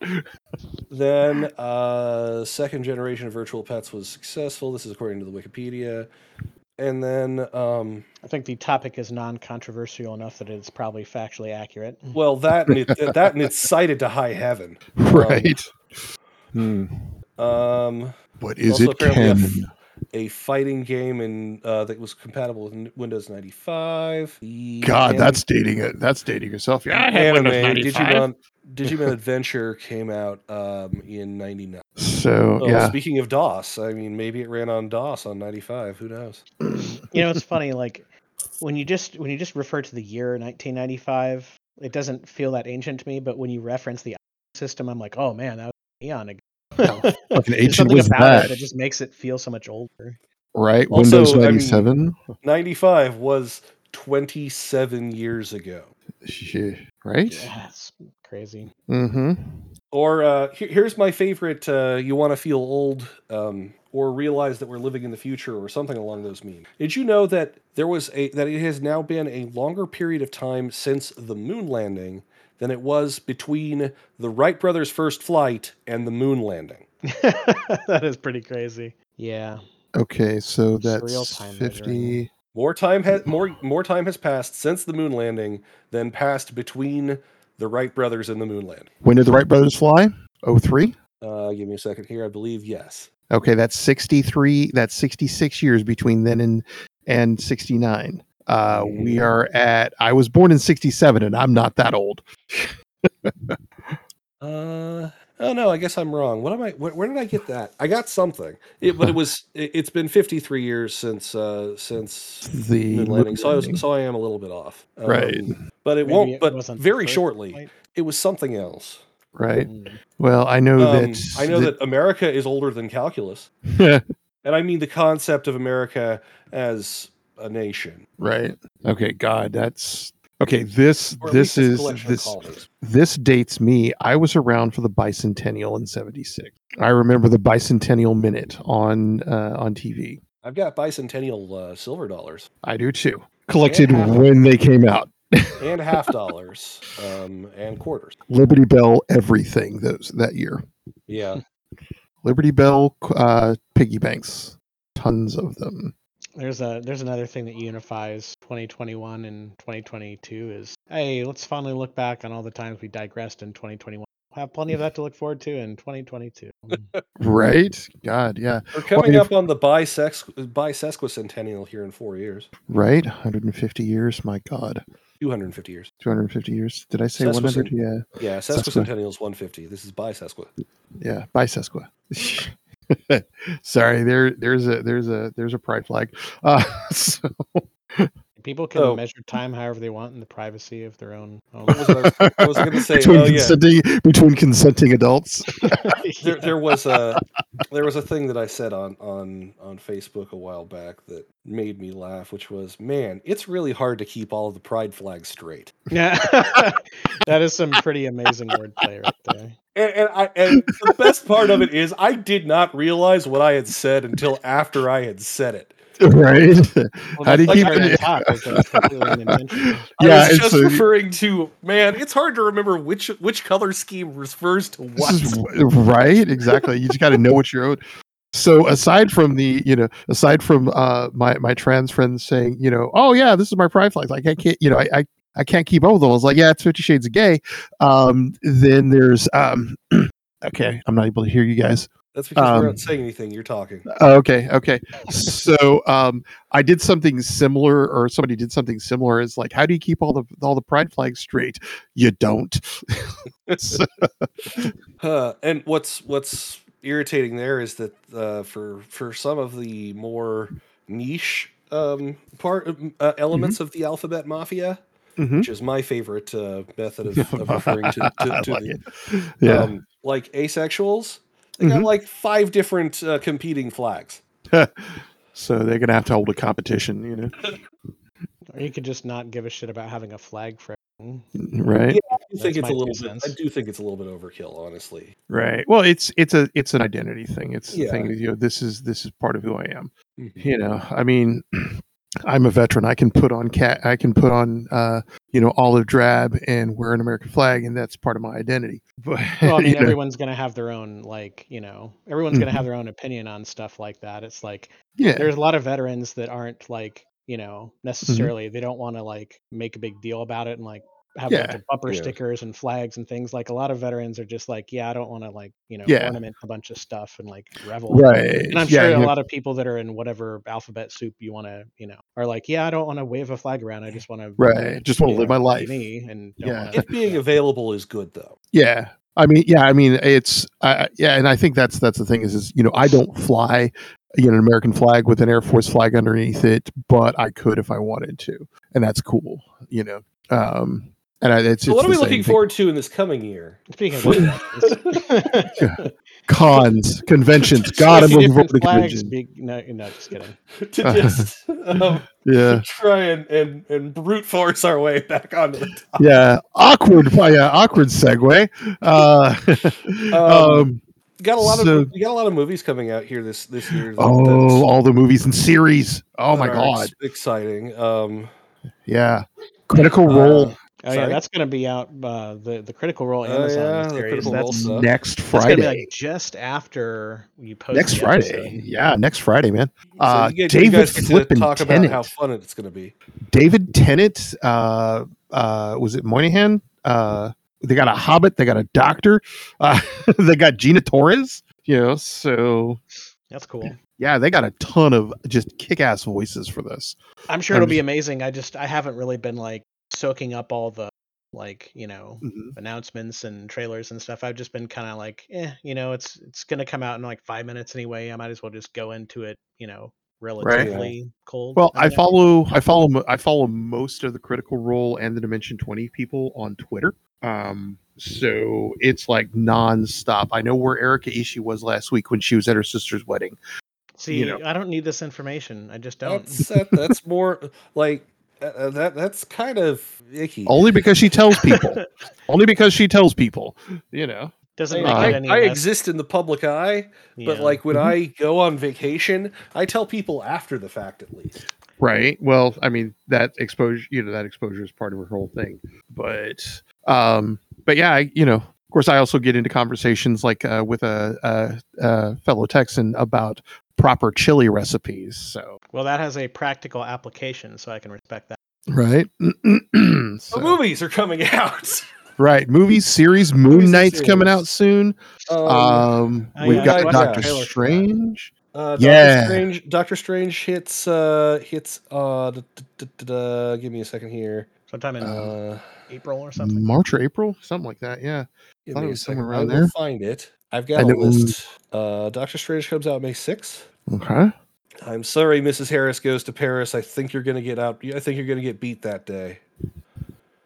Speaker 1: then uh, second generation of virtual pets was successful. This is according to the Wikipedia. And then, um,
Speaker 2: I think the topic is non-controversial enough that it's probably factually accurate.
Speaker 3: Hmm.
Speaker 1: well, that and it, that and it's cited to high heaven.
Speaker 3: Right. Hmm.
Speaker 1: Um,
Speaker 3: What is
Speaker 1: also
Speaker 3: it
Speaker 1: apparently a
Speaker 3: canon?
Speaker 2: E
Speaker 1: f- A fighting game in uh, that was compatible with N- Windows 95. The
Speaker 3: God,
Speaker 1: anime-
Speaker 3: that's dating it. That's dating yourself. Yeah, I had
Speaker 1: anime
Speaker 3: Windows 95.
Speaker 1: Digimon Digimon Adventure came out um, in '99.
Speaker 3: So
Speaker 1: Oh,
Speaker 3: yeah,
Speaker 1: Speaking of DOS, I mean, maybe it ran on DOS on '95. Who knows?
Speaker 2: you know, it's funny. Like when you just when you just refer to the year 1995, it doesn't feel that ancient to me. But when you reference the system, I'm like, oh man, that was eon ago.
Speaker 3: fucking
Speaker 2: There's
Speaker 3: ancient
Speaker 2: something
Speaker 3: was
Speaker 2: about
Speaker 3: that,
Speaker 2: it that just makes it feel so much older.
Speaker 3: right?
Speaker 1: Also,
Speaker 3: Windows
Speaker 1: I mean-
Speaker 3: 97.
Speaker 1: '95 was 27 years ago.
Speaker 3: Shit, right?
Speaker 2: Yeah, it's crazy.
Speaker 3: Mm-hmm.
Speaker 1: Or uh, here- here's my favorite: uh, "You want to feel old, um, or realize that we're living in the future, or something along those means." Did you know that there was a that it has now been a longer period of time since the moon landing than it was between the Wright brothers' first flight and the moon landing?
Speaker 2: that is pretty crazy. Yeah.
Speaker 3: Okay, so
Speaker 2: It's real
Speaker 3: that's
Speaker 2: time measuring.
Speaker 3: 50.
Speaker 1: More time has more more time has passed since the moon landing than passed between the Wright brothers and the moon landing.
Speaker 3: When did the Wright brothers fly? 03.
Speaker 1: Uh, give me a second here. I believe yes.
Speaker 3: Okay, that's 63. That's 66 years between then and and 69. Uh, we are at. I was born in 67, and I'm not that old.
Speaker 1: Uh, oh no, I guess I'm wrong. What am I? Where, where did I get that? I got something, it, but it was. It, it's been 53 years since uh since
Speaker 3: The
Speaker 1: moon landing, so I was
Speaker 3: landing.
Speaker 1: so I am a little bit off.
Speaker 3: Right.
Speaker 1: Um, but it
Speaker 2: Maybe
Speaker 1: won't.
Speaker 2: it
Speaker 1: but
Speaker 2: wasn't the
Speaker 1: very
Speaker 2: first
Speaker 1: shortly,
Speaker 2: flight.
Speaker 1: it was something else.
Speaker 3: right?
Speaker 2: Mm.
Speaker 3: Well, I know
Speaker 1: Um,
Speaker 3: that
Speaker 1: I know that America is older than calculus.
Speaker 3: that
Speaker 1: and I mean the concept of America as a nation.
Speaker 3: Right. Okay. God, that's okay. This
Speaker 1: or at
Speaker 3: this
Speaker 1: least its
Speaker 3: is
Speaker 1: collection of
Speaker 3: this
Speaker 1: colonies.
Speaker 3: this dates me. I was around for the bicentennial in '76. I remember the bicentennial minute on uh, on TV.
Speaker 1: I've got bicentennial uh, silver dollars
Speaker 3: I do too. Collected
Speaker 1: Yeah.
Speaker 3: when they came out.
Speaker 1: and half dollars um, and quarters.
Speaker 3: Liberty Bell, everything those that year.
Speaker 1: Yeah,
Speaker 3: Liberty Bell uh, piggy banks, tons of them.
Speaker 2: There's a there's another thing that unifies 2021 and 2022 is hey, let's finally look back on all the times we digressed in 2021. We'll have plenty of that to look forward to in Mm. 2022.
Speaker 3: Right? God, yeah.
Speaker 1: we're coming
Speaker 3: if-
Speaker 1: up on the bisex bisesquicentennial here in four years,
Speaker 3: Right? 150 years. My God.
Speaker 1: two hundred and fifty years.
Speaker 3: 250 years. Did I say
Speaker 1: Sesquicentennial.
Speaker 3: 100? Yeah.
Speaker 1: Yeah, sesquicentennial is one fifty. This is bisesqui.
Speaker 3: Yeah. Bye, Sesqua. Sorry, there there's a there's a there's a pride flag. Uh, so-
Speaker 2: People can
Speaker 1: Oh.
Speaker 2: measure time however they want in the privacy of their own home.
Speaker 1: What was, it I was- what was I going to say?
Speaker 3: between
Speaker 1: oh yeah,
Speaker 3: consenting between consenting adults.
Speaker 1: there, there was a there was a thing that I said on on on Facebook a while back that made me laugh, which was, man, it's really hard to keep all of the pride flags straight.
Speaker 2: Yeah. that is some pretty amazing wordplay right there.
Speaker 1: And, and I and the best part of it is I did not realize what I had said until after I had said it.
Speaker 3: Right?
Speaker 2: Well,
Speaker 3: How do you
Speaker 2: that's
Speaker 3: keep
Speaker 2: right on
Speaker 3: it?
Speaker 2: top, is that it's completely unintentional.
Speaker 1: I
Speaker 3: Yeah,
Speaker 1: was
Speaker 3: it's
Speaker 1: just
Speaker 3: a-
Speaker 1: referring to man. It's hard to remember which which color scheme refers to
Speaker 3: This
Speaker 1: what.
Speaker 3: is w- right exactly you just got to know what you're owed so aside from the you know aside from uh my my trans friends saying you know oh yeah this is my pride flag like i can't you know i i, I can't keep up with them i was like yeah it's 50 shades of gay um then there's um okay i'm not able to hear you guys
Speaker 1: That's because we're
Speaker 3: um,
Speaker 1: not saying anything. You're talking.
Speaker 3: Oh, okay okay so um i did something similar or somebody did something similar it's like how do you keep all the all the pride flags straight you don't So-
Speaker 1: Uh, and what's what's irritating there is that uh, for for some of the more niche um, part uh, elements
Speaker 3: Mm-hmm.
Speaker 1: of the alphabet mafia,
Speaker 3: Mhm.
Speaker 1: which is my favorite uh, method of, of referring to, to, to
Speaker 3: I like
Speaker 1: the,
Speaker 3: it. yeah
Speaker 1: um, like asexuals, they got
Speaker 3: Mhm.
Speaker 1: like five different uh, competing flags.
Speaker 3: so they're gonna have to hold a competition you know
Speaker 2: Or you could just not give a shit about having a flag for everything.
Speaker 3: right
Speaker 1: I do think
Speaker 2: That's
Speaker 1: it's
Speaker 2: my
Speaker 1: a
Speaker 2: two
Speaker 1: little bit.
Speaker 2: cents.
Speaker 1: I do think it's a little bit overkill, honestly.
Speaker 3: right well it's it's a it's an identity thing it's the
Speaker 1: Yeah.
Speaker 3: thing you know this is this is part of who i am you know i mean i'm a veteran i can put on cat i can put on uh you know olive drab and wear an american flag and that's part of my identity but
Speaker 2: Well, I
Speaker 3: you
Speaker 2: mean,
Speaker 3: know,
Speaker 2: everyone's going to have their own, like, you know, everyone's going to
Speaker 3: Mm-hmm.
Speaker 2: have their own opinion on stuff like that. It's like,
Speaker 3: yeah
Speaker 2: there's a lot of veterans that aren't, like, you know,
Speaker 3: Mm-hmm.
Speaker 2: necessarily, they don't want to, like, make a big deal about it and, like, have a bunch
Speaker 3: Yeah.
Speaker 2: of bumper
Speaker 1: Yeah.
Speaker 2: stickers and flags and things. Like, a lot of veterans are just like, yeah, I don't want to, like, you know,
Speaker 3: Yeah.
Speaker 2: ornament a bunch of stuff and, like, revel. in
Speaker 3: right
Speaker 2: And I'm
Speaker 3: yeah,
Speaker 2: sure
Speaker 3: you
Speaker 2: a
Speaker 3: know,
Speaker 2: lot of people that are in whatever alphabet soup you want to, you know, are like, yeah, I don't want to wave a flag around. I just want to,
Speaker 3: right just want to live my life
Speaker 2: Me and don't
Speaker 3: Yeah.
Speaker 2: wanna-
Speaker 1: It being available is good, though.
Speaker 3: Yeah. I mean, yeah, I mean, it's, I I- yeah, and I think that's, that's the thing is, is, you know, I don't fly, you know, an American flag with an Air Force flag underneath it, but I could if I wanted to. And that's cool, you know. Um, and I, it's,
Speaker 1: So,
Speaker 3: it's
Speaker 1: what are
Speaker 3: the
Speaker 1: we
Speaker 3: same
Speaker 1: looking
Speaker 3: thing.
Speaker 1: forward to in this coming year?
Speaker 2: Speaking of which,
Speaker 3: Cons, conventions. God, I'm looking forward to
Speaker 2: flags.
Speaker 3: conventions.
Speaker 2: Be, no, no, just kidding.
Speaker 1: to
Speaker 3: Uh-huh.
Speaker 1: just um,
Speaker 3: Yeah,
Speaker 1: try and, and and brute force our way back onto the top.
Speaker 3: yeah. Awkward, yeah, awkward segue. Uh,
Speaker 1: Um,
Speaker 3: um,
Speaker 1: Got a lot
Speaker 3: So-
Speaker 1: of we got a lot of movies coming out here this this year. that-
Speaker 3: oh,
Speaker 1: that's-
Speaker 3: all the movies and series. Oh
Speaker 1: that
Speaker 3: my
Speaker 1: are
Speaker 3: God.
Speaker 1: ex- exciting! Um,
Speaker 3: Yeah. Critical Role
Speaker 2: Oh yeah,
Speaker 1: Sorry?
Speaker 2: that's gonna be out. Uh, the the Critical Role
Speaker 1: Oh,
Speaker 2: Amazon
Speaker 1: yeah, the
Speaker 2: series.
Speaker 1: Critical Role
Speaker 2: that's
Speaker 1: stuff.
Speaker 3: next
Speaker 2: that's gonna
Speaker 3: Friday.
Speaker 2: be like just after you post
Speaker 3: next
Speaker 2: the
Speaker 3: Friday.
Speaker 2: episode.
Speaker 3: Yeah, next Friday, man. Uh,
Speaker 1: you, get- you
Speaker 3: David
Speaker 1: guys get to
Speaker 3: flippin'
Speaker 1: talk
Speaker 3: Tennant.
Speaker 1: about how fun it's going to be.
Speaker 3: David Tennant, uh, uh, was it Moynihan? Uh, they got a Hobbit. They got a Doctor. Uh, they got Gina Torres. You know, so
Speaker 2: That's cool.
Speaker 3: yeah, they got a ton of just kick-ass voices for this.
Speaker 2: I'm sure
Speaker 3: I'm
Speaker 2: it'll be
Speaker 3: just-
Speaker 2: amazing. I just I haven't really been like soaking up all the like you know announcements and trailers and stuff. I've just been kind of like, eh, you know, it's it's gonna come out in like five minutes anyway. I might as well just go into it, you know, relatively cold.
Speaker 3: Well,
Speaker 2: and
Speaker 3: I
Speaker 2: then-
Speaker 3: follow, I follow, mo- I follow most of the Critical Role and the Dimension Twenty people on Twitter. Um, so it's like nonstop. I know where Erica Ishii was last week when she was at her sister's wedding.
Speaker 2: See,
Speaker 4: you know.
Speaker 2: I don't need this information. I just don't.
Speaker 1: That's that, that's more like uh, uh, that. That's kind of icky.
Speaker 3: Only because she tells people. Only because she tells people. You know.
Speaker 2: Doesn't
Speaker 1: Like,
Speaker 2: make
Speaker 1: I,
Speaker 2: it any
Speaker 1: I
Speaker 2: less-
Speaker 1: exist in the public eye, but
Speaker 2: yeah.
Speaker 1: like when I go on vacation, I tell people after the fact at least.
Speaker 3: Right.
Speaker 4: right well i mean that exposure you know that exposure is part of her whole thing but um but yeah I, you know of course i also get into conversations like uh, with a, a, a fellow texan about proper chili recipes so
Speaker 2: well, that has a practical application, so I can respect that.
Speaker 3: Right.
Speaker 1: The
Speaker 3: So-
Speaker 1: movies are coming out.
Speaker 3: right. Movie series Moon
Speaker 1: Movies and
Speaker 3: Knight's coming
Speaker 1: series.
Speaker 3: out soon.
Speaker 1: Um,
Speaker 3: Um,
Speaker 2: Oh,
Speaker 3: we've
Speaker 1: yeah, I
Speaker 3: got
Speaker 1: watched
Speaker 3: Doctor
Speaker 1: the
Speaker 2: trailer for that.
Speaker 3: Strange.
Speaker 1: Uh,
Speaker 3: Yeah.
Speaker 1: Doctor Strange. Doctor Strange hits. Uh, hits. Uh, d- d- d- d- uh, give me a second here.
Speaker 2: Sometime in
Speaker 1: Uh,
Speaker 2: April or something.
Speaker 3: March or April, something like that. Yeah.
Speaker 1: give
Speaker 3: thought it
Speaker 1: me a
Speaker 3: was somewhere
Speaker 1: second. I
Speaker 3: around
Speaker 1: will
Speaker 3: there.
Speaker 1: find it. I've got
Speaker 3: And
Speaker 1: a
Speaker 3: it was-
Speaker 1: list. Uh, Doctor Strange comes out May sixth.
Speaker 3: Okay.
Speaker 1: I'm sorry, Mrs. Harris goes to Paris. I think you're gonna get out. I think you're gonna get beat that day.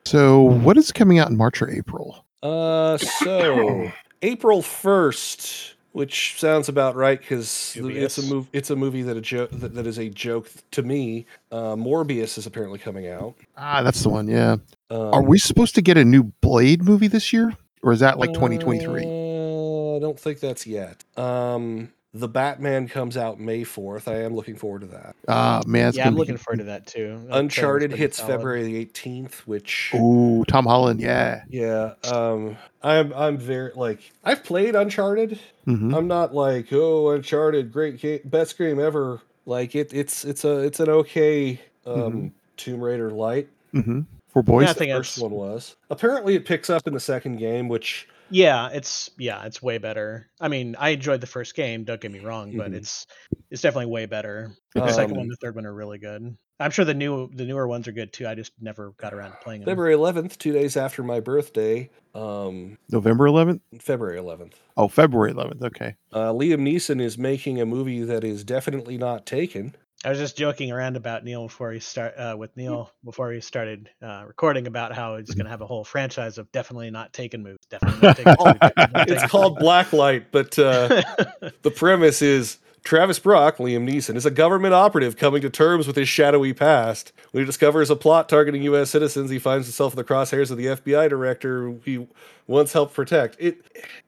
Speaker 3: So what is coming out in March or April?
Speaker 1: Uh, so April first, which sounds about right because it's a
Speaker 2: Dubious.
Speaker 1: move. It's a movie that a joke that, that is a joke to me. Uh, Morbius is apparently coming out.
Speaker 3: Ah, that's the one. Yeah.
Speaker 1: Um,
Speaker 3: Are we supposed to get a new Blade movie this year, or is that like 2023?
Speaker 1: Uh, I don't think that's yet. Um, the Batman comes out May fourth. I am looking forward to that.
Speaker 3: Ah, man. it's
Speaker 2: yeah,
Speaker 3: gonna
Speaker 2: I'm
Speaker 3: be-
Speaker 2: looking forward to that too. That
Speaker 1: Uncharted
Speaker 2: trailer's
Speaker 1: hits
Speaker 2: pretty solid.
Speaker 1: February the eighteenth, which.
Speaker 3: Ooh, Tom Holland. Yeah.
Speaker 1: Yeah, um, I'm I'm very like I've played Uncharted,
Speaker 3: Mhm.
Speaker 2: Uh,
Speaker 1: I'm not like, oh, Uncharted, great game, best game ever. Like it, it's it's a it's an okay um,
Speaker 3: Mhm.
Speaker 1: Tomb Raider light.
Speaker 3: Mhm. For boys.
Speaker 2: Yeah, I think
Speaker 1: the first
Speaker 2: it's-
Speaker 1: one was. Apparently, it picks up in the second game, which
Speaker 2: Yeah, it's yeah, it's way better. I mean, I enjoyed the first game. Don't get me wrong, but
Speaker 1: Mhm.
Speaker 2: it's it's definitely way better. The second one,
Speaker 1: um,
Speaker 2: the third one are really good. I'm sure the new the newer ones are good too. I just never got around to playing them.
Speaker 1: February 11th, two days after my birthday, um,
Speaker 3: November 11th.
Speaker 1: February 11th.
Speaker 3: Oh, February 11th. Okay.
Speaker 1: Uh, Liam Neeson is making a movie that is definitely not taken.
Speaker 2: I was just joking around about Neil before he start uh, with Neil before he started uh, recording about how he's going to have a whole franchise of definitely not taken moves. Definitely not taken. moves, definitely not
Speaker 1: It's
Speaker 2: taken
Speaker 1: called Blacklight, but uh,
Speaker 2: moves.
Speaker 1: the premise is Travis Brock, Liam Neeson, is a government operative coming to terms with his shadowy past. When he discovers a plot targeting U.S. citizens, he finds himself in the crosshairs of the FBI director who he once helped protect. It,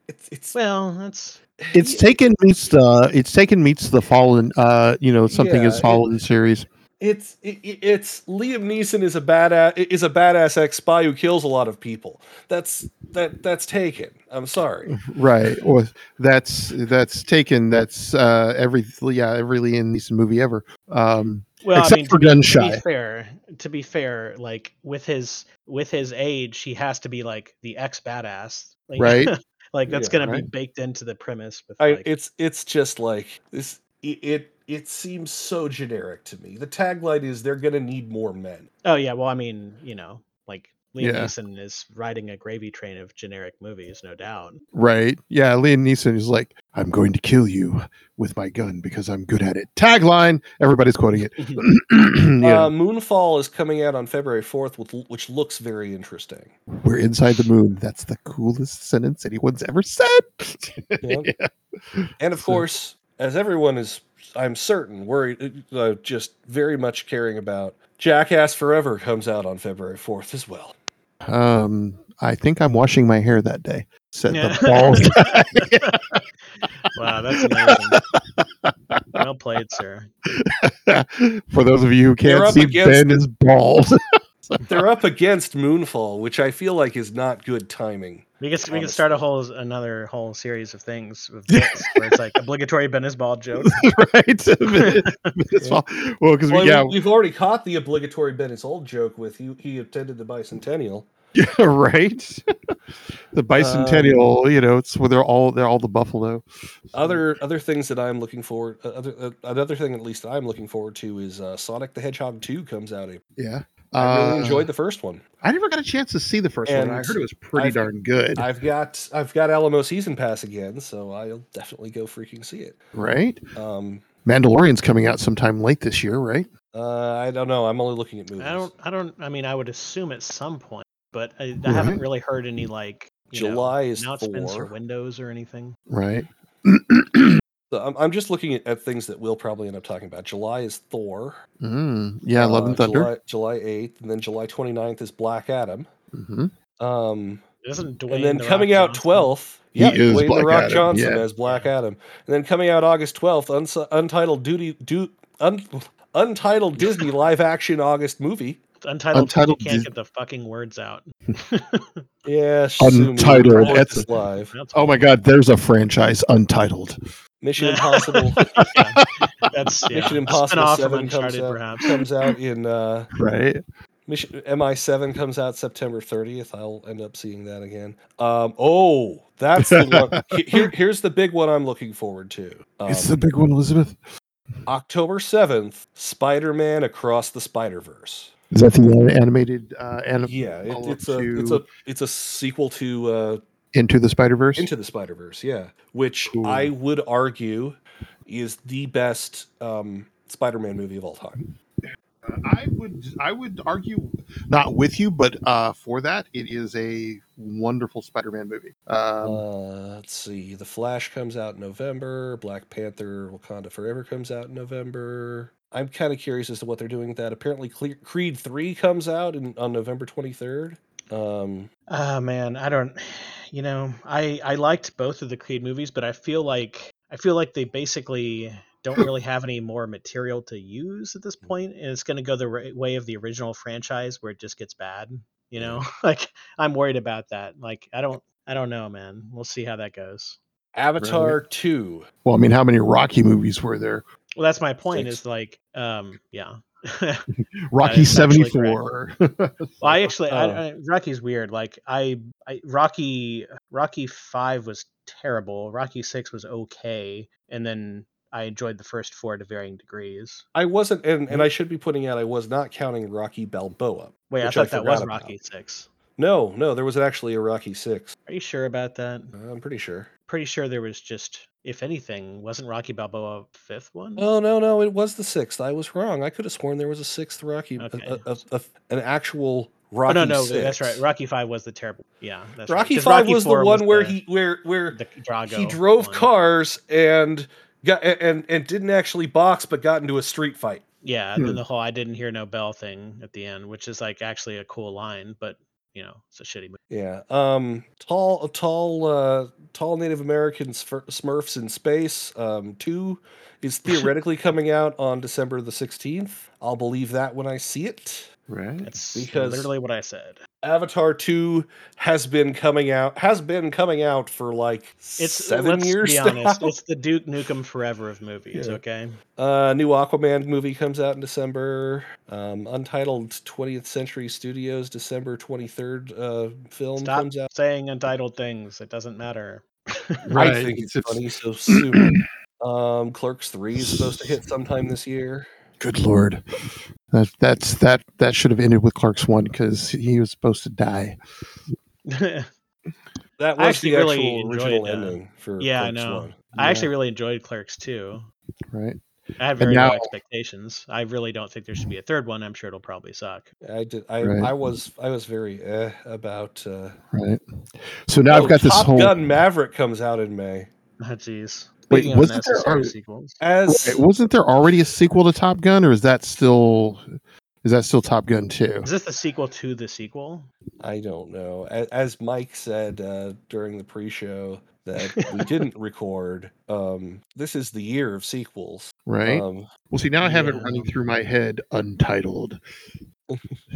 Speaker 1: it's, it's
Speaker 2: well, that's
Speaker 3: It's taken meets the it's taken meets the fallen uh you know something
Speaker 1: Yeah,
Speaker 3: is fallen series.
Speaker 1: it's it, it- it's Liam Neeson is a badass is a badass ex spy who kills a lot of people. That's that that's taken. I'm sorry.
Speaker 3: Right. Or that's that's taken that's uh every yeah, every Liam Neeson movie ever. Um
Speaker 2: well.
Speaker 3: except
Speaker 2: I mean,
Speaker 3: for
Speaker 2: to be-
Speaker 3: Gun
Speaker 2: to be
Speaker 3: Shy.
Speaker 2: fair, to be fair, like with his with his age, he has to be like the ex badass, like,
Speaker 3: Right.
Speaker 2: like that's
Speaker 1: Yeah,
Speaker 2: going to be
Speaker 3: right.
Speaker 2: baked into the premise. With,
Speaker 1: I,
Speaker 2: like,
Speaker 1: it's it's just like this. It, it it seems so generic to me. The tagline is they're gonna need more men.
Speaker 2: oh yeah, well, I mean, you know, like Liam
Speaker 3: Yeah.
Speaker 2: Neeson is riding a gravy train of generic movies, no doubt.
Speaker 3: Right. Yeah, Liam Neeson is like, I'm going to kill you with my gun because I'm good at it. Tagline. Everybody's quoting it. yeah.
Speaker 1: Uh, Moonfall is coming out on February 4th, with, which looks very interesting.
Speaker 3: We're inside the moon. That's the coolest sentence anyone's ever said.
Speaker 1: Yeah.
Speaker 3: Yeah.
Speaker 1: And of
Speaker 3: So-
Speaker 1: course, as everyone is, I'm certain, worried, uh, just very much caring about, Jackass Forever comes out on February 4th as well.
Speaker 3: Um, I think I'm washing my hair that day. Said
Speaker 2: Yeah.
Speaker 3: the bald guy.
Speaker 2: Wow, that's amazing. well played, sir.
Speaker 3: For those of you who
Speaker 1: They're
Speaker 3: can't
Speaker 1: up
Speaker 3: see,
Speaker 1: against
Speaker 3: Ben is bald.
Speaker 1: They're up against Moonfall, which I feel like is not good timing.
Speaker 2: We can we can start a whole another whole series of things with bits where it's like obligatory Ben is bald joke.
Speaker 3: right? It's fall- well, because
Speaker 1: Well,
Speaker 3: we, yeah,
Speaker 1: we- We've already caught the obligatory Ben is old joke with he, he attended the bicentennial.
Speaker 3: yeah, right. the bicentennial,
Speaker 1: Um,
Speaker 3: you know, it's where they're all they're all the buffalo.
Speaker 1: Other other things that I'm looking forward, uh, other, uh, another thing at least I'm looking forward to is uh, Sonic the Hedgehog 2 comes out. April.
Speaker 3: Yeah,
Speaker 1: I really
Speaker 3: Uh,
Speaker 1: enjoyed the first one.
Speaker 3: I never got a chance to see the first one. I
Speaker 1: And
Speaker 3: heard it was pretty
Speaker 1: I've-
Speaker 3: darn good,
Speaker 1: I've got I've got Alamo season pass again, so I'll definitely go freaking see it.
Speaker 3: right?
Speaker 1: Um,
Speaker 3: Mandalorian's coming out sometime late this year, right?
Speaker 1: uh, I don't know. I'm only looking at movies.
Speaker 2: I don't I don't I mean I would assume at some point, but I, I haven't
Speaker 3: Right.
Speaker 2: really heard any like you know,
Speaker 1: Mm-hmm. July is
Speaker 2: announcements or
Speaker 1: four.
Speaker 2: windows or anything.
Speaker 3: Right.
Speaker 1: So I'm, I'm just looking at, at things that we'll probably end up talking about. July is Thor.
Speaker 3: Mm, yeah, Love
Speaker 1: uh,
Speaker 3: and Thunder.
Speaker 1: July, July 8th, and then July 29th is Black Adam.
Speaker 3: hmm
Speaker 1: Um,
Speaker 2: Isn't Dwayne
Speaker 1: and then
Speaker 2: The Rock
Speaker 1: coming out
Speaker 2: Johnson-
Speaker 1: 12th,
Speaker 3: He is
Speaker 1: Dwayne
Speaker 3: Black
Speaker 1: the Rock
Speaker 3: Adam,
Speaker 1: Johnson
Speaker 3: yeah.
Speaker 1: as Black Adam, and then coming out August 12th, uns- Untitled Duty Du- un- Untitled Disney live action August movie.
Speaker 2: Untitled,
Speaker 3: Untitled
Speaker 2: you can't
Speaker 3: Dis-
Speaker 2: get the fucking words out.
Speaker 1: Yeah, sue me,
Speaker 3: Untitled,
Speaker 1: report
Speaker 3: that's-
Speaker 1: this live
Speaker 2: That's
Speaker 3: Oh my God, there's a franchise untitled.
Speaker 1: Mission Impossible
Speaker 2: yeah. That's yeah.
Speaker 1: Mission
Speaker 2: a
Speaker 1: Impossible
Speaker 2: spin-off of
Speaker 1: 7 comes
Speaker 2: Uncharted,
Speaker 1: out,
Speaker 2: perhaps.
Speaker 1: comes out in uh,
Speaker 3: Right.
Speaker 1: Mission MI7 comes out September 30th. I'll end up seeing that again. Um, oh, that's the one. he- here- here's the big one I'm looking forward to. Um,
Speaker 3: it's the big one, Elizabeth.
Speaker 1: October 7th, Spider Man Across the Spider Verse.
Speaker 3: Is that the animated uh, anim-
Speaker 1: Yeah, it,
Speaker 3: follow-up
Speaker 1: it's a it's a
Speaker 3: to-
Speaker 1: it's a sequel to uh,
Speaker 3: Into the Spider Verse?
Speaker 1: Into the Spider Verse. Yeah, which
Speaker 3: Cool.
Speaker 1: I would argue is the best um, Spider Man movie of all time.
Speaker 4: I would I would argue not with you, but uh, for that it is a wonderful Spider-Man movie. Um,
Speaker 1: uh, let's see. The Flash comes out in November. Black Panther: Wakanda Forever comes out in November. I'm kind of curious as to what they're doing with that. Apparently, Cle- Creed Three comes out in, on November 23rd. Um,
Speaker 2: Oh man, I don't. You know, I I liked both of the Creed movies, but I feel like I feel like they basically don't really have any more material to use at this point, and it's going to go the ra- way of the original franchise where it just gets bad. You know, like I'm worried about that. Like I don't I don't know, man. We'll see how that goes.
Speaker 1: Avatar Two.
Speaker 3: well, I mean, how many Rocky movies were there?
Speaker 2: Well, that's my point.
Speaker 1: Six.
Speaker 2: Is like, um, yeah.
Speaker 3: Rocky
Speaker 2: is actually
Speaker 3: 74.
Speaker 2: Well, I actually,
Speaker 1: Oh.
Speaker 2: I, I, Rocky's weird. Like I, I, Rocky, Rocky Five was terrible. Rocky Six was okay, and then I enjoyed the first four to varying degrees.
Speaker 1: I wasn't, and,
Speaker 2: Mm-hmm.
Speaker 1: and I should be putting out, I was not counting Rocky Balboa.
Speaker 2: Wait,
Speaker 1: Which I
Speaker 2: I thought that was
Speaker 1: forgot about.
Speaker 2: Rocky Six.
Speaker 1: No, no, there was actually a Rocky Six.
Speaker 2: Are you sure about that?
Speaker 1: I'm pretty sure.
Speaker 2: Pretty sure there was just, if anything, wasn't Rocky Balboa fifth one?
Speaker 1: Oh no, no, it was the sixth. I was wrong. I could have sworn there was a sixth Rocky, a-
Speaker 2: Okay.
Speaker 1: a- a- a- an actual
Speaker 2: oh
Speaker 1: Rocky.
Speaker 2: no, no,
Speaker 1: six.
Speaker 2: that's right. Rocky Five was the terrible. Yeah, that's right,
Speaker 1: Rocky
Speaker 2: 'cause
Speaker 1: Five was the
Speaker 2: IV
Speaker 1: one where
Speaker 2: the-
Speaker 1: he where where
Speaker 2: the Drago
Speaker 1: he drove
Speaker 2: one.
Speaker 1: cars and got a- and and didn't actually box, but got into a street fight.
Speaker 2: Yeah, and
Speaker 3: Hmm.
Speaker 2: then the whole "I didn't hear no bell" thing at the end, which is like actually a cool line, but you know, it's a shitty movie.
Speaker 1: Yeah. Um. Tall, tall, uh, tall Native Americans for Smurfs in space. Um. Two is theoretically coming out on December the sixteenth. I'll believe that when I see it.
Speaker 3: right.
Speaker 2: That's
Speaker 1: Hmm, Because-
Speaker 2: literally what I said.
Speaker 1: Avatar 2 has been coming out has been coming out for like
Speaker 2: It's
Speaker 1: 7
Speaker 2: let's
Speaker 1: years
Speaker 2: Be
Speaker 1: now.
Speaker 2: honest, it's the Duke Nukem Forever of movies.
Speaker 1: Yeah.
Speaker 2: Okay,
Speaker 1: Uh new Aquaman movie comes out in December. Um untitled 20th Century Studios December 23rd uh film
Speaker 2: stop
Speaker 1: comes out.
Speaker 2: saying untitled things. It doesn't matter.
Speaker 3: Right.
Speaker 1: I think it's,
Speaker 3: It's-
Speaker 1: funny so soon. um Clerks 3 is supposed to hit sometime this year.
Speaker 3: Good Lord. That, that's that that should have ended with Clark's one because he was supposed to die.
Speaker 2: I
Speaker 1: That
Speaker 2: I
Speaker 1: was
Speaker 2: actually
Speaker 1: the actual
Speaker 2: really enjoyed,
Speaker 1: original
Speaker 2: uh,
Speaker 1: ending for
Speaker 2: yeah, I
Speaker 1: Clerks
Speaker 2: know.
Speaker 1: 1.
Speaker 2: actually really enjoyed Clerks too.
Speaker 3: Right.
Speaker 2: I had very
Speaker 3: now-
Speaker 2: low expectations. I really don't think there should be a third one. I'm sure it'll probably suck.
Speaker 1: I did I,
Speaker 3: Right.
Speaker 1: I was I was very eh about uh
Speaker 3: Right. So now
Speaker 1: Oh,
Speaker 3: I've got this
Speaker 1: Top
Speaker 3: whole.
Speaker 1: Gun Maverick comes out in May.
Speaker 2: Ah, Jeez.
Speaker 3: Wait,
Speaker 2: Speaking of
Speaker 3: wasn't there
Speaker 2: unnecessary
Speaker 3: already-
Speaker 2: sequels.
Speaker 1: As
Speaker 3: Right, wasn't there already a sequel to Top Gun, or is that still is that still Top Gun too?
Speaker 2: Is this the sequel to the sequel?
Speaker 1: I don't know, as, as Mike said uh, during the pre-show that we didn't record. Um, this is the year of sequels.
Speaker 3: Right.
Speaker 1: Um,
Speaker 3: well, see, now I have it
Speaker 2: yeah.
Speaker 3: running through my head, untitled.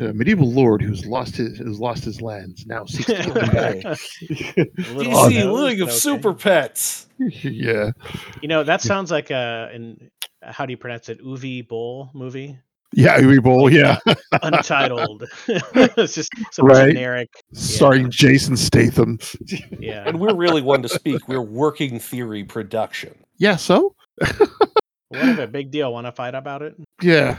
Speaker 3: A medieval lord who's lost his who's lost his lands now seeks to get them back.
Speaker 2: Little
Speaker 1: DC
Speaker 2: unknowns,
Speaker 1: League of
Speaker 2: okay.
Speaker 1: Super Pets.
Speaker 3: yeah,
Speaker 2: You know, that sounds like a an uh, how do you pronounce it? Uwe Boll movie,
Speaker 3: yeah, Uwe Boll, yeah,
Speaker 2: Untitled. it's just some
Speaker 3: Right.
Speaker 2: generic.
Speaker 3: starring Jason Statham.
Speaker 2: Yeah.
Speaker 1: And we're really one to speak. We're working theory production.
Speaker 3: Yeah, so
Speaker 2: What if a big deal? Want to fight about it?
Speaker 3: yeah,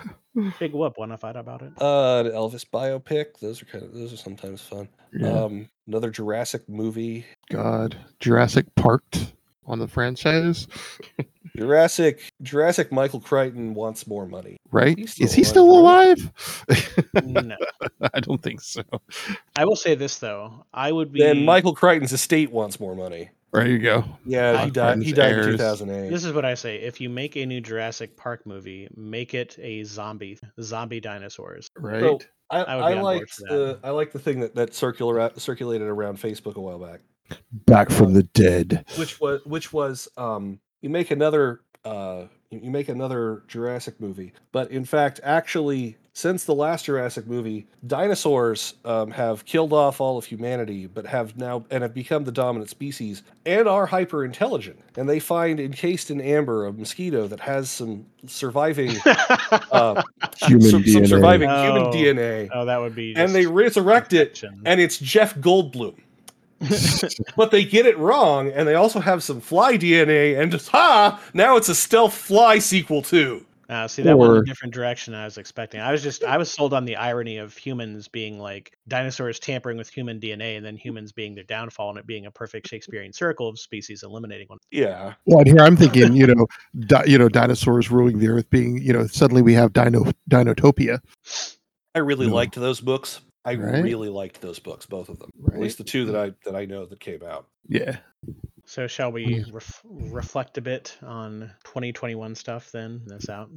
Speaker 2: Big whoop. Want to fight about it?
Speaker 1: Uh, an Elvis biopic. Those are kind of those are sometimes fun.
Speaker 3: yeah.
Speaker 1: Um, another Jurassic movie.
Speaker 3: God, Jurassic Parked on the franchise,
Speaker 1: Jurassic Jurassic Michael Crichton wants more money.
Speaker 3: right?
Speaker 1: He's
Speaker 3: is he still
Speaker 1: still
Speaker 3: alive?
Speaker 2: No.
Speaker 3: I don't think so.
Speaker 2: I will say this though. I would be.
Speaker 1: Then Michael Crichton's estate wants more money.
Speaker 3: There you go.
Speaker 1: Yeah, he
Speaker 3: Fuck
Speaker 1: died. He
Speaker 3: friends,
Speaker 1: died in
Speaker 3: heirs.
Speaker 1: 2008.
Speaker 2: This is what I say. If you make a new Jurassic Park movie, make it a zombie zombie dinosaurs.
Speaker 3: Right.
Speaker 1: So, I,
Speaker 2: I would
Speaker 1: I
Speaker 2: be on board
Speaker 1: liked
Speaker 2: for
Speaker 1: the
Speaker 2: that.
Speaker 1: I liked the thing that that circular circulated around Facebook a while back,
Speaker 3: Back from the dead.
Speaker 1: which was which was um you make another uh you you make another Jurassic movie, but in fact, actually, since the last Jurassic movie, dinosaurs um, have killed off all of humanity, but have now and have become the dominant species and are hyper intelligent. And they find encased in amber a mosquito that has some surviving. Uh,
Speaker 3: Human
Speaker 1: some, some
Speaker 3: DNA.
Speaker 1: surviving human
Speaker 2: No.
Speaker 1: DNA,
Speaker 2: oh, that would be.
Speaker 1: and they resurrect it and it's Jeff Goldblum. But they get it wrong, and they also have some fly DNA, and just ha! Now it's a stealth fly sequel too.
Speaker 2: Uh, see, that went
Speaker 3: Or-
Speaker 2: a different direction than I was expecting. I was just, I was sold on the irony of humans being like dinosaurs tampering with human DNA, and then humans being their downfall, and it being a perfect Shakespearean circle of species eliminating one.
Speaker 1: Yeah,
Speaker 3: Well, and here I'm thinking, you know, di- you know, dinosaurs ruling the earth, being, you know, suddenly we have dino dinotopia.
Speaker 1: I really
Speaker 3: No.
Speaker 1: liked those books. I
Speaker 3: Hmm. Right.
Speaker 1: really liked those books, both of them.
Speaker 3: Right.
Speaker 1: At least the two that I that I know that came out.
Speaker 3: Yeah.
Speaker 2: So, shall we ref- reflect a bit on 2021 stuff then? That's out.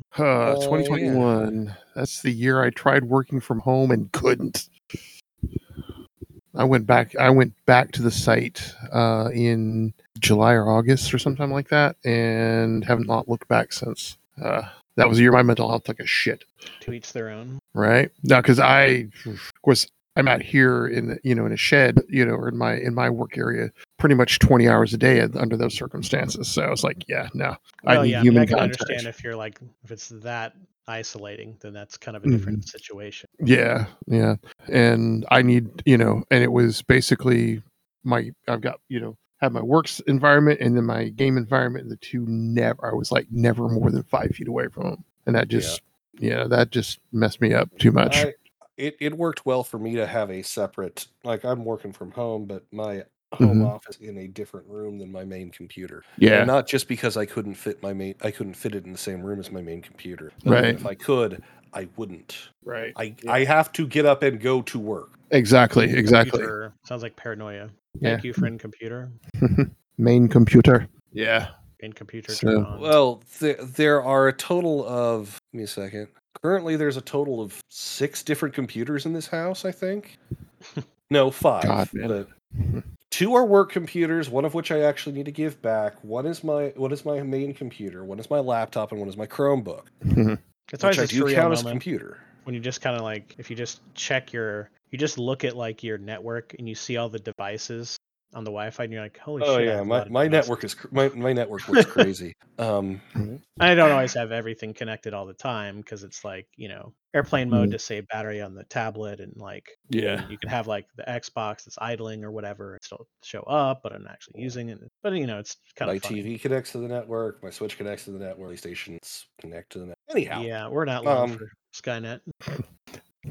Speaker 1: Oh,
Speaker 3: Uh, 2021. That's the year I tried working from home and couldn't. I went back. I went back to the site uh, in July or August or sometime like that, and have not looked back since. Uh, that was the year my mental health took a shit.
Speaker 2: To each their own.
Speaker 3: Right now, because I, of course, I'm out here in the, you know in a shed, you know, or in my in my work area, pretty much 20 hours a day under those circumstances. So I was like, yeah, no, I
Speaker 2: Well,
Speaker 3: need
Speaker 2: yeah, I mean,
Speaker 3: human
Speaker 2: I can
Speaker 3: contact.
Speaker 2: understand if you're like, if it's that isolating, then that's kind of a different
Speaker 3: Mm-hmm.
Speaker 2: situation.
Speaker 3: Yeah, yeah. And I need, you know, and it was basically my I've got, you know, have my works environment and then my game environment and the two never I was like never more than five feet away from them. And that
Speaker 1: Yeah.
Speaker 3: just yeah, that just messed me up too much.
Speaker 1: I, it it worked well for me to have a separate like I'm working from home, but my home
Speaker 3: Mhm.
Speaker 1: office in a different room than my main computer.
Speaker 3: yeah.
Speaker 1: And not just because I couldn't fit my main I couldn't fit it in the same room as my main computer. And
Speaker 3: Right.
Speaker 1: If I could, I wouldn't.
Speaker 3: right.
Speaker 1: I I have to get up and go to work.
Speaker 3: Exactly, exactly.
Speaker 2: Computer- sounds like paranoia.
Speaker 3: Yeah.
Speaker 2: Thank you, friend computer.
Speaker 3: Main computer. Yeah.
Speaker 2: In computer,
Speaker 3: So-
Speaker 2: turn on.
Speaker 1: Well, th- there are a total of give me a second. Currently there's a total of 6 different computers in this house, I think. No, 5.
Speaker 3: God, man.
Speaker 1: but- two are work computers one of which i actually need to give back one is my one is my main computer one is my laptop and one is my chromebook
Speaker 2: it's always
Speaker 1: which i
Speaker 2: a
Speaker 1: do
Speaker 2: surreal
Speaker 1: count as a
Speaker 2: moment.
Speaker 1: computer
Speaker 2: when you just kind of like if you just check your you just look at like your network and you see all the devices on the Wi-Fi and you're like, holy
Speaker 1: oh
Speaker 2: shit! I
Speaker 1: yeah
Speaker 2: have a
Speaker 1: my,
Speaker 2: lot of
Speaker 1: my
Speaker 2: devices.
Speaker 1: network is cr- my, my network works crazy um
Speaker 2: I don't always have everything connected all the time because it's like you know airplane
Speaker 1: Mm-hmm.
Speaker 2: mode to save battery on the tablet and like
Speaker 3: Yeah.
Speaker 2: you can have like the Xbox that's idling or whatever and still show up, but I'm not actually using it. But you know it's kind
Speaker 1: my
Speaker 2: of funny.
Speaker 1: tv connects to the network my switch connects to the network stations connect to the network anyhow
Speaker 2: Yeah, we're not long
Speaker 1: Um,
Speaker 2: for Skynet.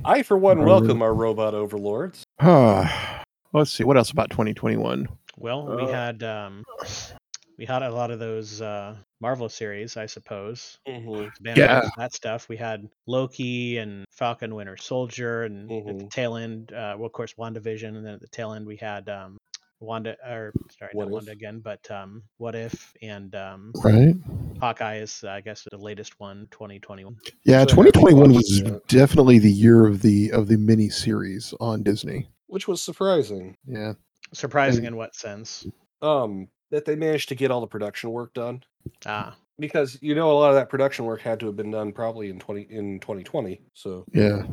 Speaker 1: i for one
Speaker 3: Our
Speaker 1: welcome our robot overlords
Speaker 3: Ah, Let's see, what else about 2021?
Speaker 2: Well, we
Speaker 1: Uh,
Speaker 2: had um we had a lot of those uh Marvel series, I suppose. Banner
Speaker 3: Yeah.
Speaker 2: Girls, that stuff. We had Loki and Falcon Winter Soldier, and at the
Speaker 1: Mhm.
Speaker 2: tail end, uh, well, of course, WandaVision, and then at the tail end, we had um, Wanda, or sorry,
Speaker 1: What
Speaker 2: not Wanda
Speaker 1: If?
Speaker 2: again, but um, What If, and um,
Speaker 3: Right?
Speaker 2: Hawkeye is, uh, I guess, the latest one, 2021.
Speaker 3: Yeah,
Speaker 1: So I haven't
Speaker 3: 2021
Speaker 1: watched
Speaker 3: was
Speaker 1: it yet.
Speaker 3: definitely the year of the of the mini series on Disney.
Speaker 1: which was surprising
Speaker 3: Yeah.
Speaker 2: Surprising
Speaker 3: And-
Speaker 2: in what sense?
Speaker 1: um that they managed to get all the production work done
Speaker 2: Ah,
Speaker 1: because you know a lot of that production work had to have been done probably in 20 in 2020 so
Speaker 3: Yeah.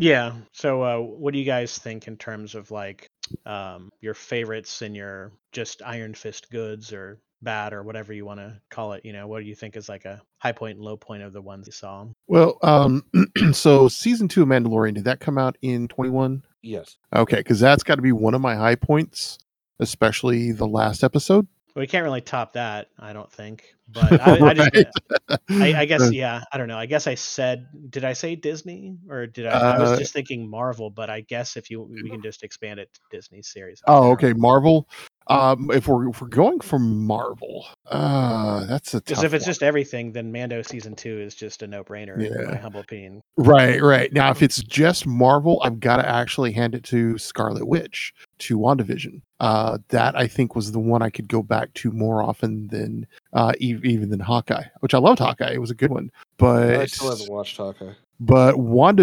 Speaker 2: yeah. So, uh, what do you guys think in terms of like um, your favorites and your just Iron Fist goods or? bad or whatever you want to call it you know what do you think is like a high point and low point of the ones you saw
Speaker 3: Well, um, so season two of Mandalorian did that come out in twenty one?
Speaker 1: yes
Speaker 3: Okay, because that's got to be one of my high points, especially the last episode.
Speaker 2: We can't really top that, I don't think. But I, I, just,
Speaker 3: Right.
Speaker 2: I, I guess,
Speaker 3: Uh,
Speaker 2: yeah, I don't know. I guess I said, did I say Disney or did I? I
Speaker 3: Uh,
Speaker 2: was just thinking Marvel, but I guess if you, we can just expand it to Disney series.
Speaker 3: Oh, okay, Marvel. Um, if we're if we're going for Marvel, uh, that's a tough
Speaker 2: Because if it's
Speaker 3: one.
Speaker 2: just everything, then Mando season two is just a no-brainer, in my
Speaker 3: Yeah.
Speaker 2: humble opinion.
Speaker 3: Right, right. Now, if it's just Marvel, I've got to actually hand it to Scarlet Witch, to WandaVision. uh, that I think was the one I could go back to more often than uh, e- even than Hawkeye, which I loved Hawkeye. It was a good one, but
Speaker 1: I still haven't watched Hawkeye.
Speaker 3: but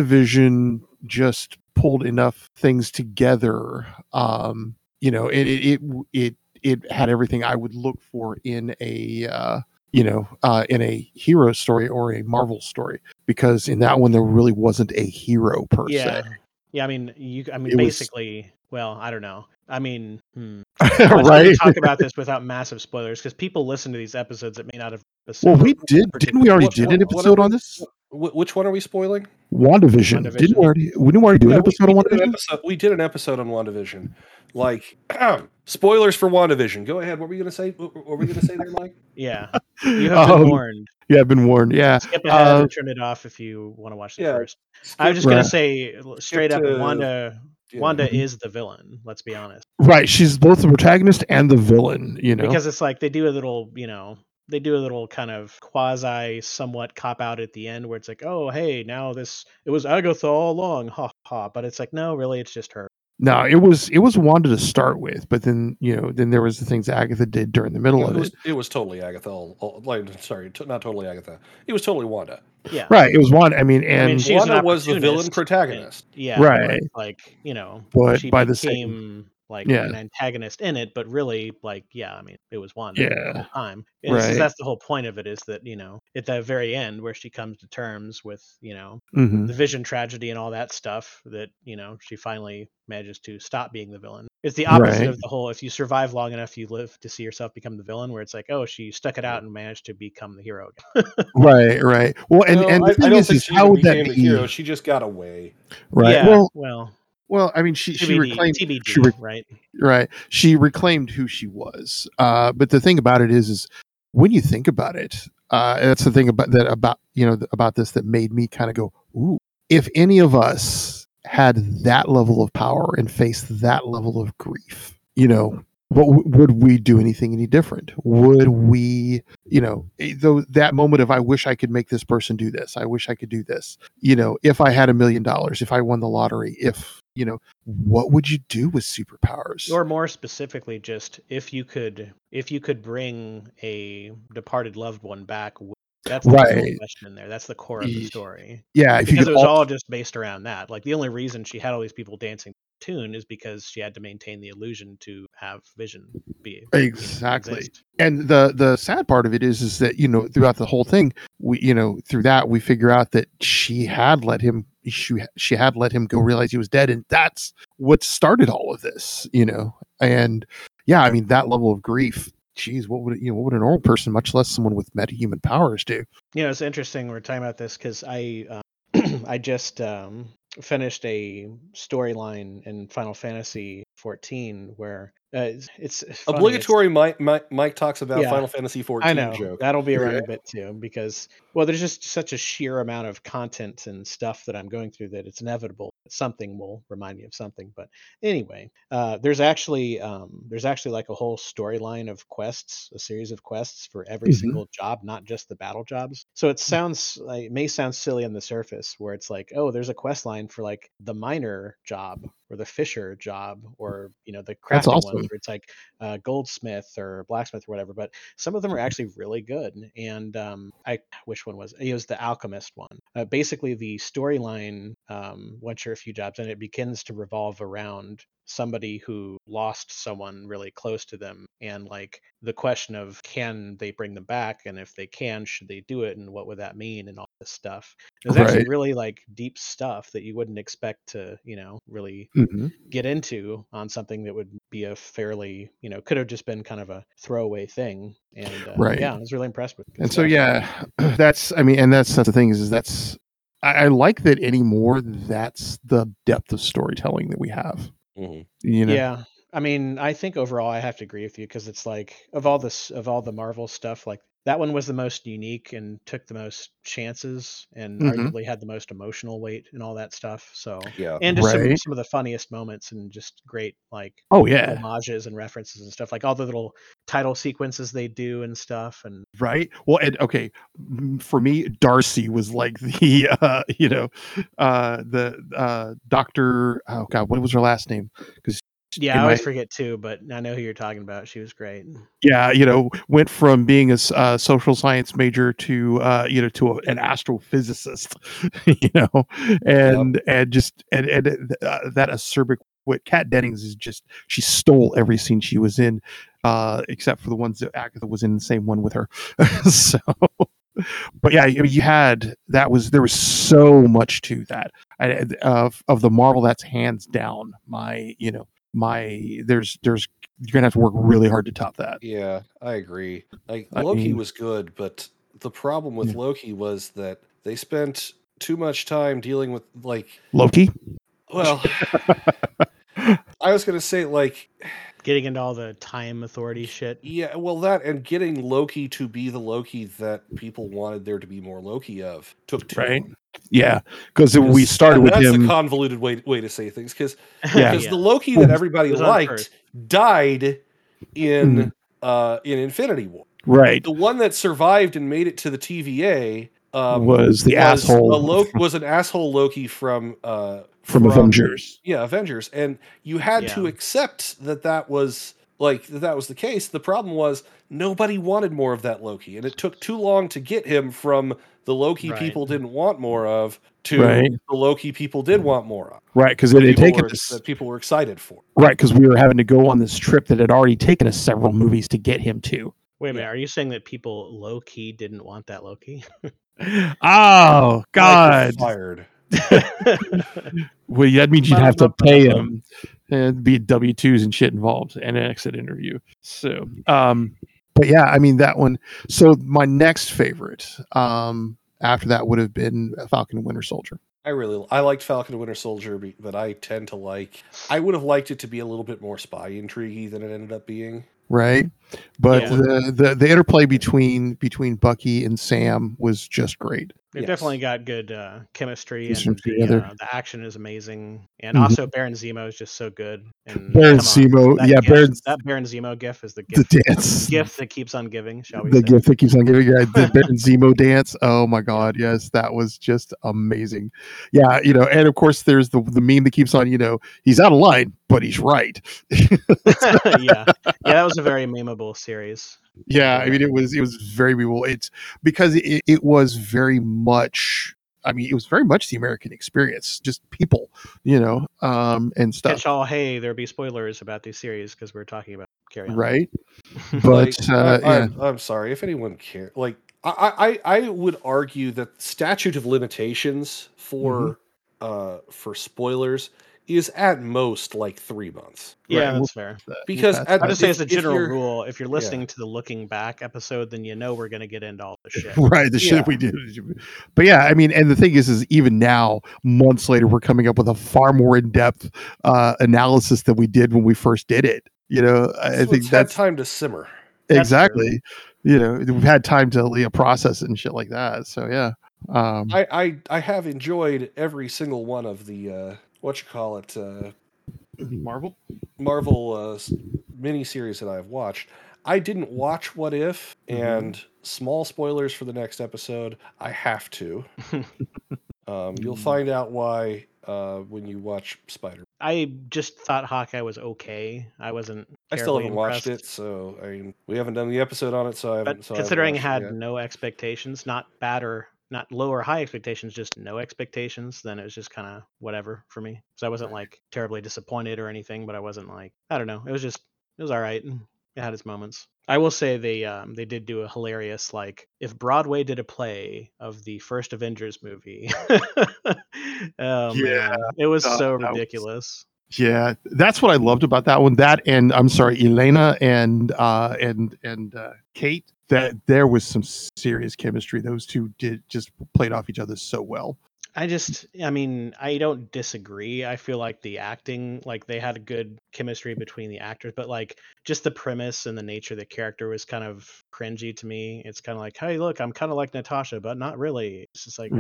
Speaker 3: WandaVision just pulled enough things together. Um, you know, it it it it, it had everything I would look for in a uh, you know uh, in a hero story or a Marvel story because in that one there really wasn't a hero per
Speaker 2: yeah.
Speaker 3: se.
Speaker 2: Yeah, I mean, you. I mean,
Speaker 3: It was-
Speaker 2: basically, well, I don't know. I mean, hmm. Let's not
Speaker 3: right?
Speaker 2: talk about this without massive spoilers because people listen to these episodes that may not have.
Speaker 3: Well, we did didn't we already
Speaker 1: What-
Speaker 3: did an
Speaker 1: what- what
Speaker 3: episode
Speaker 1: are
Speaker 3: on this?
Speaker 1: Wh- which one are we spoiling?
Speaker 3: WandaVision. Didn't we
Speaker 2: WandaVision.
Speaker 3: already we didn't we already do
Speaker 1: Yeah,
Speaker 3: an
Speaker 1: we-
Speaker 3: episode
Speaker 1: we,
Speaker 3: on
Speaker 1: did an
Speaker 3: WandaVision?
Speaker 1: episode, we did an episode on WandaVision. Like spoilers for WandaVision. Go ahead. What were you gonna say? What were we gonna say there, Mike?
Speaker 2: Yeah, you have been
Speaker 3: Um,
Speaker 2: warned.
Speaker 3: Yeah, I've been warned. Yeah.
Speaker 2: Skip ahead
Speaker 3: uh,
Speaker 2: and turn it off if you want to watch the
Speaker 1: yeah,
Speaker 2: first. I was just
Speaker 3: Right.
Speaker 2: gonna say l- straight up,
Speaker 1: to-
Speaker 2: Wanda.
Speaker 1: Yeah. mm-hmm.
Speaker 2: Wanda is the villain. Let's be honest,
Speaker 3: Right. She's both the protagonist and the villain, you know.
Speaker 2: because it's like they do a little, you know, they do a little kind of quasi, somewhat cop out at the end where it's like, oh, hey, now this it was Agatha all along, ha ha. But it's like, no, really, it's just her.
Speaker 3: no, it was it was Wanda to start with, but then you know, then there was the things Agatha did during the middle
Speaker 1: It
Speaker 3: of
Speaker 1: was,
Speaker 3: it.
Speaker 1: it was totally Agatha. all- all- Like, sorry, t- not totally Agatha. It was totally Wanda.
Speaker 2: Yeah,
Speaker 3: Right. It was Wanda. I mean, and
Speaker 2: mean, she- was an
Speaker 1: Wanda was the villain
Speaker 2: opportunist,
Speaker 1: protagonist.
Speaker 2: yeah, but,
Speaker 3: Right.
Speaker 2: Like you know,
Speaker 3: But
Speaker 2: she
Speaker 3: by the same-
Speaker 2: became like
Speaker 3: Yeah.
Speaker 2: an antagonist in it, but really, like, yeah, I mean, it was Wanda
Speaker 3: Yeah.
Speaker 2: the whole time. And it's just-
Speaker 3: Right.
Speaker 2: that's the whole point of it is that you know, at the very end where she comes to terms with you know
Speaker 3: Mhm.
Speaker 2: the Vision tragedy and all that stuff, that you know, she finally manages to stop being the villain. It's the opposite
Speaker 3: Right.
Speaker 2: of the whole. If you survive long enough, you live to see yourself become the villain. Where it's like, oh, she stuck it out and managed to become the hero. again.
Speaker 3: right, right. Well, and
Speaker 1: No,
Speaker 3: and
Speaker 1: Uh, I,
Speaker 3: the
Speaker 1: I
Speaker 3: thing
Speaker 1: don't
Speaker 3: is,
Speaker 1: think
Speaker 3: is
Speaker 1: she
Speaker 3: how
Speaker 1: even
Speaker 3: would that
Speaker 1: became the
Speaker 3: be?
Speaker 1: hero. She just got away.
Speaker 3: Right.
Speaker 2: Yeah,
Speaker 3: Well,
Speaker 2: well,
Speaker 3: well, I mean, she she
Speaker 2: TBD,
Speaker 3: reclaimed
Speaker 2: TBD,
Speaker 3: she re-
Speaker 2: right?
Speaker 3: right she reclaimed who she was uh but the thing about it is is when you think about it uh that's the thing about that about you know th- about this that made me kind of go ooh if any of us had that level of power and faced that level of grief you know what w- would we do anything any different would we you know eh, though that moment of i wish i could make this person do this i wish i could do this you know if i had a million dollars if i won the lottery if you know what would you do with superpowers
Speaker 2: or more specifically just if you could if you could bring a departed loved one back with, that's the sole
Speaker 3: Right.
Speaker 2: question there that's the core of the
Speaker 3: Ye-
Speaker 2: story
Speaker 3: Yeah, if you
Speaker 2: because
Speaker 3: could
Speaker 2: it was
Speaker 3: all,
Speaker 2: all just based around that like the only reason she had all these people dancing to tune is because she had to maintain the illusion to have vision be you know,
Speaker 3: Exactly.
Speaker 2: exist.
Speaker 3: and the the sad part of it is is that you know throughout the whole thing we you know through that we figure out that she had let him she she had let him go realize he was dead and that's what started all of this you know and yeah I mean that level of grief geez what would you know what would a normal person much less someone with metahuman powers do
Speaker 2: you know it's interesting we're talking about this because i um, i just um finished a storyline in final fantasy 14 where uh, it's, it's funny, it's-
Speaker 1: Obligatory. Mike, Mike, Mike talks about
Speaker 2: Yeah.
Speaker 1: Final Fantasy fourteen
Speaker 2: I know
Speaker 1: joke.
Speaker 2: that'll be a
Speaker 1: Yeah.
Speaker 2: running bit too because well, there's just such a sheer amount of content and stuff that I'm going through that it's inevitable that something will remind me of something. But anyway, uh, there's actually um, there's actually like a whole storyline of quests, a series of quests for every
Speaker 1: Mm-hmm.
Speaker 3: Mhm.
Speaker 2: single job, not just the battle jobs. So
Speaker 1: Mm.
Speaker 2: it sounds like, it may sound silly on the surface where it's like, oh, there's a quest line for like the miner job or the fisher job or you know the crafting
Speaker 3: That's awesome.
Speaker 2: ones where it's like uh, goldsmith or blacksmith or whatever. But some of them are actually really good and um i which one was it It was the alchemist one uh, basically the storyline um once you're a few jobs and it begins to revolve around somebody who lost someone really close to them and like the question of can they bring them back and if they can should they do it and what would that mean and all this stuff it was actually
Speaker 3: Right.
Speaker 2: really like deep stuff that you wouldn't expect to you know really get into on something that would be a fairly you know could have just been kind of a throwaway thing and uh,
Speaker 3: Right.
Speaker 2: yeah i was really impressed with good
Speaker 3: and so
Speaker 2: stuff.
Speaker 3: yeah that's i mean and that's that's the thing is, is that's I, I like that anymore that's the depth of storytelling that we have
Speaker 1: Mhm.
Speaker 3: you know
Speaker 2: yeah i mean i think overall i have to agree with you because it's like of all this of all the marvel stuff like that one was the most unique and took the most chances and
Speaker 3: Mhm.
Speaker 2: arguably had the most emotional weight and all that stuff so
Speaker 1: Yeah.
Speaker 2: and just some,
Speaker 3: Uh, Right.
Speaker 2: some of the funniest moments and just great like
Speaker 3: oh yeah
Speaker 2: homages and references and stuff like all the little title sequences they do and stuff and
Speaker 3: right well and okay m- for me darcy was like the uh you know uh the uh doctor oh god what was her last name because
Speaker 2: Yeah,
Speaker 3: in
Speaker 2: I
Speaker 3: my-
Speaker 2: always forget too, but I know who you're talking about. She was great.
Speaker 3: yeah, you know, went from being a s- uh, social science major to uh, you know to a, an astrophysicist, you know, and and just and and uh, that acerbic wit. Kat Dennings is just she stole every scene she was in, uh, except for the ones that Agatha was in the same one with her. so, but yeah, you, you had that was there was so much to that I, of of the Marvel. That's hands down my you know my there's there's you're gonna have to work really hard to top that.
Speaker 1: Yeah, I agree. Like
Speaker 3: I
Speaker 1: Loki
Speaker 3: mean-
Speaker 1: was good, but the problem with
Speaker 3: Yeah.
Speaker 1: Loki was that they spent too much time dealing with like
Speaker 3: Loki.
Speaker 1: well I was going to say like
Speaker 2: Getting into all the time authority shit.
Speaker 1: yeah, well that and getting Loki to be the Loki that people wanted there to be more Loki of took too
Speaker 3: Right.
Speaker 1: long.
Speaker 3: Yeah, because we
Speaker 1: 'Cause
Speaker 3: started with
Speaker 1: that's
Speaker 3: him.
Speaker 1: a convoluted way way to say things cuz
Speaker 3: Yeah.
Speaker 1: because the Loki that everybody
Speaker 2: It was on
Speaker 1: liked
Speaker 2: Earth.
Speaker 1: died in
Speaker 3: Hmm.
Speaker 1: uh in Infinity War.
Speaker 3: right.
Speaker 1: The one that survived and made it to the TVA um,
Speaker 3: was the
Speaker 1: was
Speaker 3: asshole
Speaker 1: a Lo- was an asshole Loki from uh,
Speaker 3: from Avengers.
Speaker 1: Yeah, Avengers, and you had to
Speaker 2: Yeah.
Speaker 1: accept that that was like that, that was the case. The problem was nobody wanted more of that Loki, and it took too long to get him from the Loki
Speaker 2: Right.
Speaker 1: people didn't want more of to
Speaker 3: Right.
Speaker 1: the Loki people did want more of.
Speaker 3: Right, because it had
Speaker 1: people
Speaker 3: taken
Speaker 1: were-
Speaker 3: us
Speaker 1: that people were excited for.
Speaker 3: right because we were having to go on this trip that had already taken us several movies to get him to.
Speaker 2: Wait a minute,
Speaker 1: Yeah.
Speaker 2: are you saying that people low key didn't want that Loki?
Speaker 3: Oh
Speaker 1: Like,
Speaker 3: God!
Speaker 1: you're fired.
Speaker 3: Well, that means you'd have to
Speaker 2: Ba-da-ba-ba-ba.
Speaker 3: pay him. And be W twos and shit involved and an exit interview. So, um, but yeah, I mean that one. So my next favorite um, after that would have been Falcon and Winter Soldier.
Speaker 1: I really I liked Falcon and Winter Soldier, be- but I tend to like I would have liked it to be a little bit more spy intriguey than it ended up being.
Speaker 3: right? But
Speaker 2: Yeah.
Speaker 3: the, the the interplay between between Bucky and Sam was just great.
Speaker 2: They've
Speaker 1: Yes.
Speaker 2: definitely got good uh, chemistry,
Speaker 3: Chemistry
Speaker 2: and the,
Speaker 3: together.
Speaker 2: uh, the action is amazing. And
Speaker 3: Mhm.
Speaker 2: also Baron Zemo is just so good. And
Speaker 3: Baron
Speaker 2: Mm, come on,
Speaker 3: Zemo,
Speaker 2: that
Speaker 3: yeah,
Speaker 2: gif-
Speaker 3: Baron
Speaker 2: that Baron Zemo gif is the
Speaker 3: the
Speaker 2: gift,
Speaker 3: dance,
Speaker 2: gift that keeps on giving. Shall we
Speaker 3: the
Speaker 2: say?
Speaker 3: gift that keeps on giving. Yeah, the Baron Zemo dance. Oh my God, yes, that was just amazing. Yeah, you know, and of course there's the the meme that keeps on. You know, he's out of line, but he's right.
Speaker 2: yeah, yeah, that was a very memeable series.
Speaker 3: yeah i mean it was it was very memorable it's because it, it was very much i mean it was very much the american experience just people you know um and stuff
Speaker 2: Catch all, hey, there be spoilers about these series because we're talking about carry on.
Speaker 3: right but
Speaker 1: Like,
Speaker 3: uh,
Speaker 1: I,
Speaker 3: yeah
Speaker 1: am I'm sorry if anyone cares. Like I, I I would argue that the statute of limitations
Speaker 3: Mm-hmm.
Speaker 1: for uh for spoilers is at most like three months
Speaker 2: Yeah,
Speaker 3: Right,
Speaker 2: that's fair.
Speaker 1: because
Speaker 3: Uh, that's-
Speaker 1: at
Speaker 2: I just say
Speaker 1: if-
Speaker 2: as a
Speaker 1: if
Speaker 2: general
Speaker 1: you're-
Speaker 2: rule, if you're listening to the looking back episode, then you know we're gonna get into all the shit.
Speaker 3: right the shit
Speaker 1: Yeah.
Speaker 3: we did but yeah i mean and the thing is is even now months later we're coming up with a far more in-depth uh analysis than we did when we first did it you know i, I
Speaker 1: so
Speaker 3: think
Speaker 1: it's had
Speaker 3: that's
Speaker 1: time to simmer.
Speaker 2: That's true.
Speaker 3: exactly you know we've had time to you know, process it and shit like that so yeah um
Speaker 1: I, I I have enjoyed every single one of the uh what you call it uh
Speaker 3: marvel
Speaker 1: Marvel uh, s- miniseries that I've watched. I didn't watch What If,
Speaker 3: Mhm.
Speaker 1: and small spoilers for the next episode. I have to. Um, you'll
Speaker 3: Mm.
Speaker 1: find out why uh, when you watch Spider.
Speaker 2: I just thought Hawkeye was okay. I wasn't.
Speaker 1: I still
Speaker 2: terribly
Speaker 1: haven't watched
Speaker 2: impressed.
Speaker 1: it, so I mean, we haven't done the episode on it, so I haven't.
Speaker 2: But
Speaker 1: so I haven't
Speaker 2: considering I
Speaker 1: watched it
Speaker 2: had
Speaker 1: yet.
Speaker 2: no expectations, not bad or not low or high expectations, just no expectations, then it was just kind of whatever for me. So I wasn't like terribly disappointed or anything, but I wasn't like I don't know. It was just it was all right. and It had its moments. I will say they um, they did do a hilarious like if Broadway did a play of the first Avengers movie. oh, man. it was
Speaker 1: Oh,
Speaker 3: that-
Speaker 2: so
Speaker 3: that was-
Speaker 2: ridiculous.
Speaker 3: Yeah, that's what I loved about that one. That and I'm sorry, Elena and uh and and uh, Kate. That there was some serious chemistry. Those two did just played off each other so well.
Speaker 2: I just, I mean, I don't disagree. I feel like the acting, like they had a good chemistry between the actors, but like just the premise and the nature of the character was kind of cringy to me. It's kind of like, hey, look, I'm kind of like Natasha, but not really. It's just like,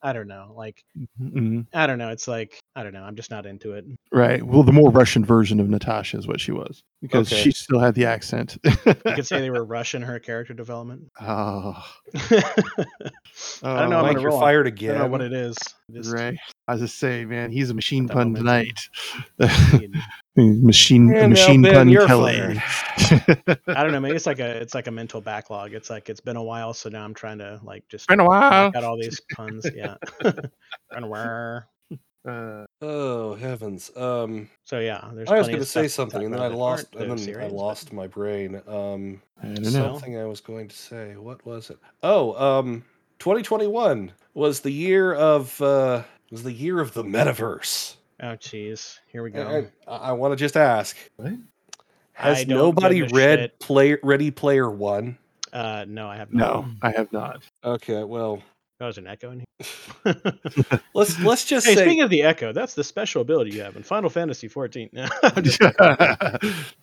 Speaker 2: I don't know. Like,
Speaker 3: Mhm.
Speaker 2: I don't know. It's like, I don't know. I'm just not into it.
Speaker 3: right. Well, the more Russian version of Natasha is what she was because
Speaker 1: Okay.
Speaker 3: she still had the accent.
Speaker 2: You could say they were rushing her character development.
Speaker 3: oh,
Speaker 2: I don't know.
Speaker 3: Oh,
Speaker 2: I'm
Speaker 1: Mike,
Speaker 2: gonna
Speaker 1: you're
Speaker 2: roll.
Speaker 1: fired
Speaker 2: I
Speaker 1: again.
Speaker 2: don't know what it is. Just
Speaker 3: right. I was just saying, man, he's a machine
Speaker 2: That
Speaker 3: pun
Speaker 2: momentum.
Speaker 3: tonight.
Speaker 2: I mean,
Speaker 3: machine
Speaker 1: And now,
Speaker 3: machine
Speaker 1: Ben,
Speaker 3: gun
Speaker 1: you're
Speaker 3: Kelly.
Speaker 2: I don't know. Maybe it's like a it's like a mental backlog. It's like it's been a while, so now I'm trying to like just
Speaker 3: Been a while.
Speaker 2: knock out all these puns. Yeah. Been a while.
Speaker 4: Uh,
Speaker 1: Oh heavens! Um,
Speaker 2: so yeah, there's.
Speaker 1: I was
Speaker 2: plenty
Speaker 1: going to
Speaker 2: of
Speaker 1: say
Speaker 2: stuff talk
Speaker 1: something, and then
Speaker 2: about
Speaker 1: I
Speaker 2: that
Speaker 1: lost,
Speaker 2: aren't
Speaker 1: and then
Speaker 2: so
Speaker 1: I
Speaker 2: serious, but-
Speaker 1: lost my brain. Um,
Speaker 3: I don't know.
Speaker 1: something I was going to say. What was it? Oh, um, 2021 was the year of uh, was the year of the metaverse.
Speaker 2: Oh jeez, here we
Speaker 1: And-
Speaker 2: go.
Speaker 1: and I, I want to just ask:
Speaker 4: What?
Speaker 1: Has
Speaker 2: I don't
Speaker 1: nobody
Speaker 2: give a
Speaker 1: read
Speaker 2: shit.
Speaker 1: Player Ready Player One?
Speaker 2: Uh, no, I have not.
Speaker 3: No, I have not.
Speaker 1: Okay, well,
Speaker 2: Oh, there's an echo in here.
Speaker 1: let's let's just
Speaker 2: hey,
Speaker 1: say
Speaker 2: speaking of the echo, that's the special ability you have in Final Fantasy 14. No,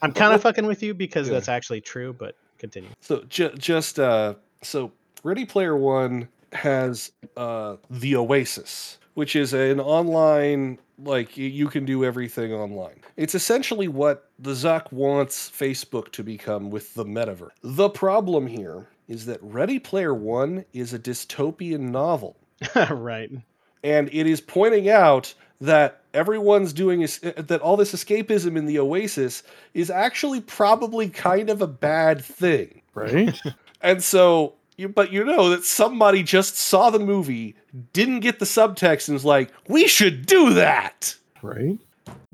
Speaker 2: I'm, kind of fucking with you because
Speaker 1: Yeah.
Speaker 2: that's actually true, but continue.
Speaker 1: So ju- just uh, so Ready Player One has uh, the Oasis, which is an online like y- you can do everything online. It's essentially what the Zuck wants Facebook to become with the metaverse. The problem here is that Ready Player One is a dystopian novel
Speaker 2: right.
Speaker 1: and it is pointing out that everyone's doing is that all this escapism in the oasis is actually probably kind of a bad thing
Speaker 3: Right?
Speaker 1: and so you but you know that somebody just saw the movie didn't get the subtext and was like we should do that
Speaker 3: Right?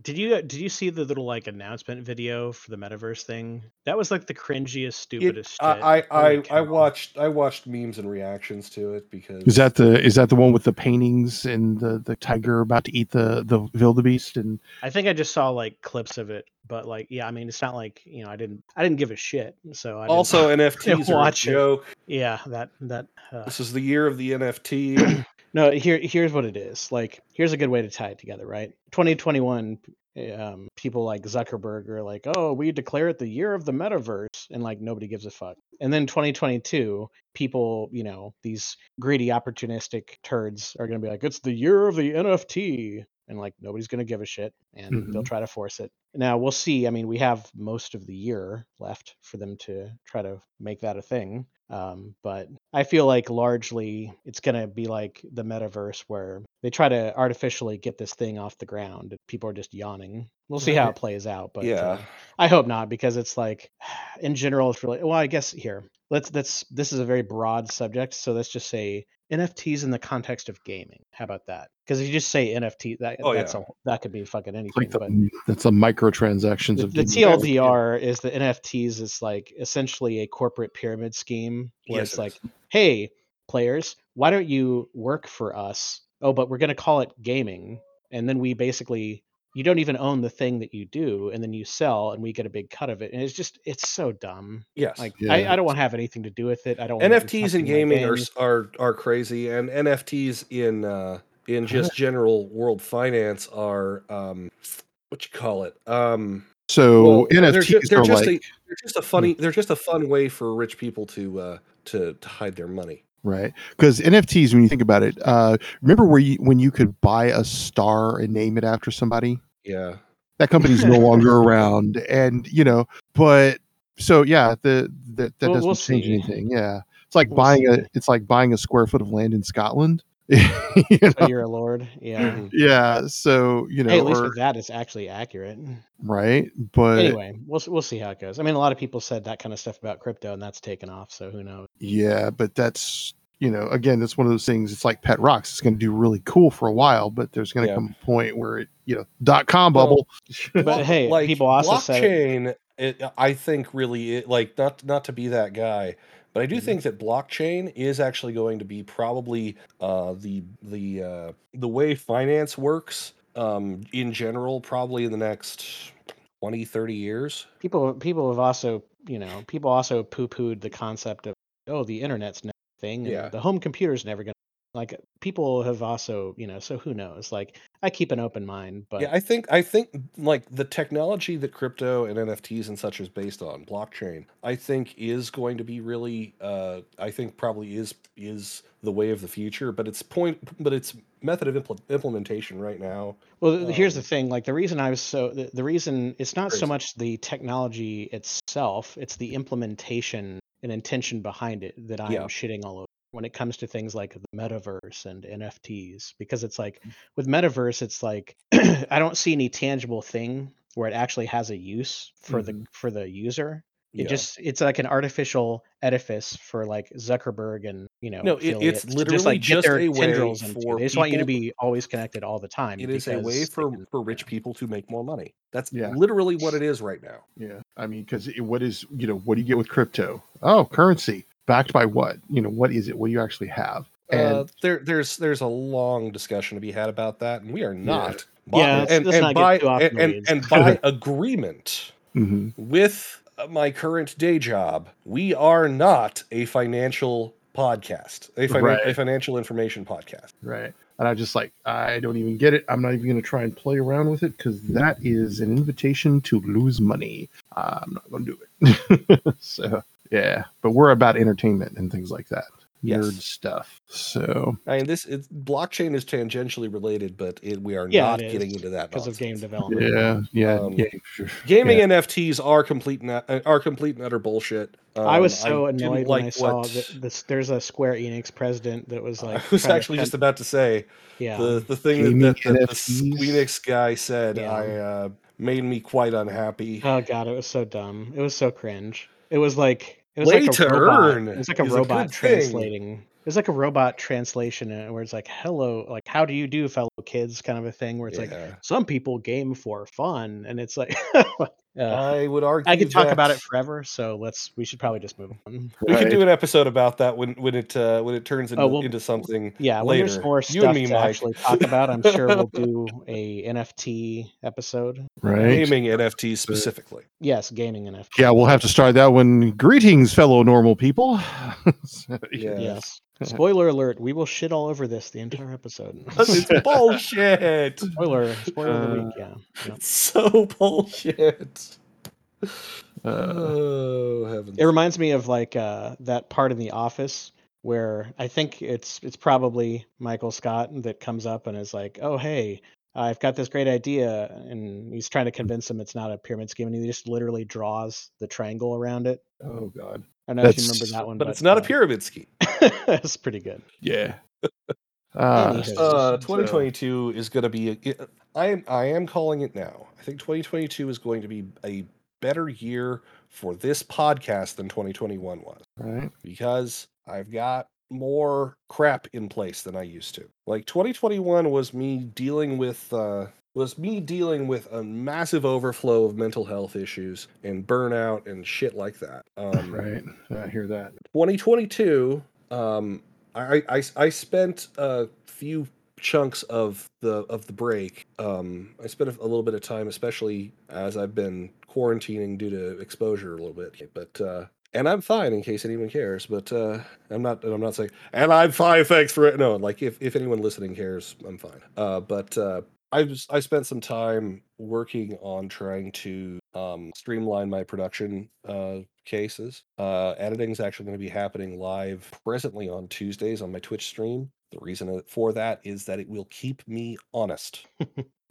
Speaker 2: Did you uh, did you see the little like announcement video for the metaverse thing? That was like the cringiest,
Speaker 1: It-
Speaker 2: stupidest shit.
Speaker 1: I, I, I,
Speaker 2: Holy
Speaker 1: I
Speaker 2: cow.
Speaker 1: watched I watched memes and reactions to it because
Speaker 3: Is that the is that the one with the paintings and the, the tiger about to eat the, the wildebeest and
Speaker 2: I think I just saw like clips of it, but like yeah, I mean it's not like you know I didn't I didn't give a shit. So I didn't-
Speaker 1: also NFTs are a
Speaker 2: watch it.
Speaker 1: joke.
Speaker 2: yeah that that uh,
Speaker 1: This is the year of the NFT.
Speaker 2: No, here here's what it is. Like here's a good way to tie it together, right? 2021 p- um people like Zuckerberg are like, "Oh, we declare it the year of the metaverse." And like nobody gives a fuck. And then 2022, people, you know, these greedy opportunistic turds are going to be like, "It's the year of the NFT." And like nobody's going to give a shit and they'll try to force it. Now we'll see. I mean, we have most of the year left for them to try to make that a thing. Um, but I feel like largely it's going to be like the metaverse where they try to artificially get this thing off the ground. People are just yawning. We'll see how it plays out. But uh,
Speaker 1: yeah,
Speaker 2: I hope not because it's like in general it's really well I guess here let's that's this is a very broad subject so let's just say NFTs in the context of gaming how about that because if you just say NFT that
Speaker 1: Oh,
Speaker 2: that's
Speaker 1: yeah.
Speaker 2: a, that could be fucking anything
Speaker 3: like
Speaker 2: but
Speaker 3: the, that's the microtransactions
Speaker 2: the,
Speaker 3: of
Speaker 2: the
Speaker 3: gaming.
Speaker 2: TLDR is the NFTs is like essentially a corporate pyramid scheme where
Speaker 1: Yes,
Speaker 2: it's
Speaker 1: it
Speaker 2: like,
Speaker 1: is.
Speaker 2: hey, players, why don't you work for us? Oh, but we're going to call it gaming. And then we basically, you don't even own the thing that you do. And then you sell and we get a big cut of it. And it's just, it's so dumb.
Speaker 1: yes.
Speaker 2: Like,
Speaker 3: Yeah.
Speaker 2: I, I don't want to have anything to do with it. I don't want
Speaker 1: NFTs in gaming are, s- are are crazy, and NFTs in uh, in just general world finance are um, what you call it. Um,
Speaker 3: So
Speaker 1: well,
Speaker 3: NFTs
Speaker 1: they're, ju- they're
Speaker 3: are
Speaker 1: just
Speaker 3: like Hmm.
Speaker 1: a, they're just a funny they're just a fun way for rich people to uh, to, to hide their money.
Speaker 3: Right, because NFTs, when you think about it, uh, remember where you when you could buy a star and name it after somebody.
Speaker 1: Yeah,
Speaker 3: That company's no longer around, and you know, but so yeah, the, the that
Speaker 2: Well,
Speaker 3: doesn't
Speaker 2: we'll
Speaker 3: change
Speaker 2: see.
Speaker 3: anything. Yeah, it's like
Speaker 2: We'll
Speaker 3: buying
Speaker 2: see.
Speaker 3: a it's like buying a square foot of land in Scotland. You know?
Speaker 2: Oh, you're a lord. Yeah.
Speaker 1: Mhm.
Speaker 3: Yeah, so you know,
Speaker 2: Hey, at least
Speaker 3: or-
Speaker 2: with that, it's actually accurate.
Speaker 3: right, but
Speaker 2: anyway, we'll s- we'll see how it goes. I mean, a lot of people said that kind of stuff about crypto, and that's taken off. So who knows?
Speaker 3: yeah, but that's you know, again, that's one of those things. It's like pet rocks. It's going to do really cool for a while, but there's going to
Speaker 1: Yeah.
Speaker 3: come a point where it, you know, dot com
Speaker 1: Well,
Speaker 3: bubble.
Speaker 2: But
Speaker 1: Block-
Speaker 2: hey,
Speaker 1: like,
Speaker 2: people also said it-
Speaker 1: blockchain. It, I think really it, like not not to be that guy, but I do
Speaker 2: Mhm.
Speaker 1: think that blockchain is actually going to be probably uh, the the uh, the way finance works um, in general probably in the next 20 30 years.
Speaker 2: people people have also you know people also poo pooed the concept of oh the internet's never a thing, and
Speaker 1: Yeah.
Speaker 2: the home computer's never gonna like people have also you know so who knows? Like I keep an open mind, but
Speaker 1: Yeah, I think I think like the technology that crypto and NFTs and such is based on, blockchain, I think is going to be really uh I think probably is is the way of the future, but it's point but it's method of impl- implementation right now.
Speaker 2: Well, th- here's the
Speaker 1: Um,
Speaker 2: thing. Like the reason I was so the, the reason it's not so
Speaker 1: Crazy.
Speaker 2: much the technology itself; it's the implementation and intention behind it that I'm
Speaker 1: Yeah.
Speaker 2: shitting all over. When it comes to things like the metaverse and
Speaker 1: Mm.
Speaker 2: NFTs, because it's like with metaverse, it's like I don't see any tangible thing where it actually has a use for the
Speaker 1: Mm-hmm.
Speaker 2: for the user. It just it's like an artificial edifice for like Zuckerberg and you know
Speaker 1: No, it- it's
Speaker 2: affiliates to
Speaker 1: literally just a way
Speaker 2: tendrils into.
Speaker 1: for
Speaker 2: They just want you to
Speaker 1: people-
Speaker 2: be always connected all the time.
Speaker 1: it is a
Speaker 2: because
Speaker 1: way
Speaker 2: they
Speaker 1: for,
Speaker 2: can-
Speaker 1: for rich people to make more money. That's
Speaker 3: Yeah.
Speaker 1: literally what it is right now.
Speaker 3: Yeah, I mean, because what is you know what do you get with crypto? Oh, currency backed by what? You know what is it? What do you actually have? And
Speaker 1: uh, there, there's there's a long discussion to be had about that, and we are not.
Speaker 2: Yeah, let's-
Speaker 1: and,
Speaker 2: let's
Speaker 1: and
Speaker 2: not get
Speaker 1: by
Speaker 2: too off
Speaker 1: and, and,
Speaker 2: noise.
Speaker 1: and by agreement
Speaker 3: Mhm.
Speaker 1: with my current day job, we are not a financial podcast, a, finan-
Speaker 3: Right.
Speaker 1: a financial information podcast.
Speaker 3: right, and I'm just like, I don't even get it. I'm not even going to try and play around with it because that is an invitation to lose money. I'm not going to do it. so yeah, but we're about entertainment and things like that,
Speaker 1: Yes.
Speaker 3: nerd stuff. So
Speaker 1: I mean, this it's, blockchain is tangentially related, but it, we are
Speaker 2: Yeah,
Speaker 1: not
Speaker 2: it is,
Speaker 1: getting into that
Speaker 2: because of game
Speaker 1: nonsense.
Speaker 2: development.
Speaker 3: yeah, yeah,
Speaker 1: Um,
Speaker 3: yeah, sure.
Speaker 1: Gaming NFTs are complete and ut- are complete and utter bullshit.
Speaker 2: I was
Speaker 1: Um,
Speaker 2: so
Speaker 1: didn't
Speaker 2: annoyed when I
Speaker 1: like
Speaker 2: saw
Speaker 1: what-
Speaker 2: that this. There's a Square Enix president that was like,
Speaker 1: I was
Speaker 2: trying to
Speaker 1: actually just
Speaker 2: cut-
Speaker 1: about to say
Speaker 2: yeah.
Speaker 1: the the thing
Speaker 3: Gaming
Speaker 1: that, that, that the
Speaker 3: NFTs?
Speaker 1: Squeenix guy said
Speaker 2: Yeah.
Speaker 1: I uh, made me quite unhappy.
Speaker 2: Oh god, it was so dumb. It was so cringe. It was like it was
Speaker 1: Way
Speaker 2: like
Speaker 1: to
Speaker 2: a robot.
Speaker 1: earn
Speaker 2: It was like a
Speaker 1: is a
Speaker 2: robot
Speaker 1: good thing.
Speaker 2: translating. It was like a robot translation uh, where it's like hello, like how do you do, fellow kids, kind of a thing where it's like
Speaker 1: Yeah.
Speaker 2: some people game for fun, and it's like. uh,
Speaker 1: I would argue
Speaker 2: I could talk about
Speaker 1: that
Speaker 2: it forever, so let's. We should probably just move on.
Speaker 1: We could
Speaker 3: Right.
Speaker 1: do an episode about that when when it uh, when it turns into,
Speaker 2: we'll-
Speaker 1: into something.
Speaker 2: Yeah, when there's
Speaker 1: Later.
Speaker 2: more
Speaker 1: You
Speaker 2: stuff
Speaker 1: and me,
Speaker 2: to
Speaker 1: Mike.
Speaker 2: actually talk about, I'm sure we'll do a NFT episode.
Speaker 3: right.
Speaker 1: Gaming NFTs specifically.
Speaker 2: Yes, gaming NFT.
Speaker 3: Yeah, we'll have to start that one. Greetings, fellow normal people. So,
Speaker 1: Yeah.
Speaker 2: Yes. Spoiler alert, we will shit all over this the entire episode.
Speaker 1: 'Cause it's bullshit.
Speaker 2: spoiler, spoiler of the
Speaker 1: Uh,
Speaker 2: week, yeah. yeah.
Speaker 1: It's so bullshit.
Speaker 3: uh,
Speaker 1: oh heavens.
Speaker 2: It reminds me of like uh, that part in the office where I think it's it's probably Michael Scott that comes up and is like, "Oh hey, I've got this great idea," and he's trying to convince him it's not a pyramid scheme, and he just literally draws the triangle around it.
Speaker 3: oh God.
Speaker 2: I don't know if you remember
Speaker 3: That's-
Speaker 2: that one,
Speaker 1: but it's not a
Speaker 2: uh,
Speaker 1: pyramid scheme.
Speaker 2: it's pretty good.
Speaker 3: Yeah. Uh,
Speaker 2: Anywho.
Speaker 1: Uh,
Speaker 2: So-
Speaker 1: 2022 is going to be. a- I am. I am calling it now. I think 2022 is going to be a better year for this podcast than 2021 was
Speaker 3: right.
Speaker 1: because I've got more crap in place than I used to. Like 2021 was me dealing with. Uh, was me dealing with a massive overflow of mental health issues and burnout and shit like that. Um,
Speaker 3: Right. I hear that.
Speaker 1: Uh, 2022 um i i i spent a few chunks of the of the break um i spent a little bit of time especially as i've been quarantining due to exposure a little bit but uh and I'm fine in case anyone cares, but uh, I'm not. And I'm not saying. And I'm fine. Thanks for it. No, like if, if anyone listening cares, I'm fine. Uh, but uh, I was I spent some time working on trying to um, streamline my production uh, cases. Uh, editing is actually going to be happening live presently on Tuesdays on my Twitch stream. The reason uh, for that is that it will keep me honest.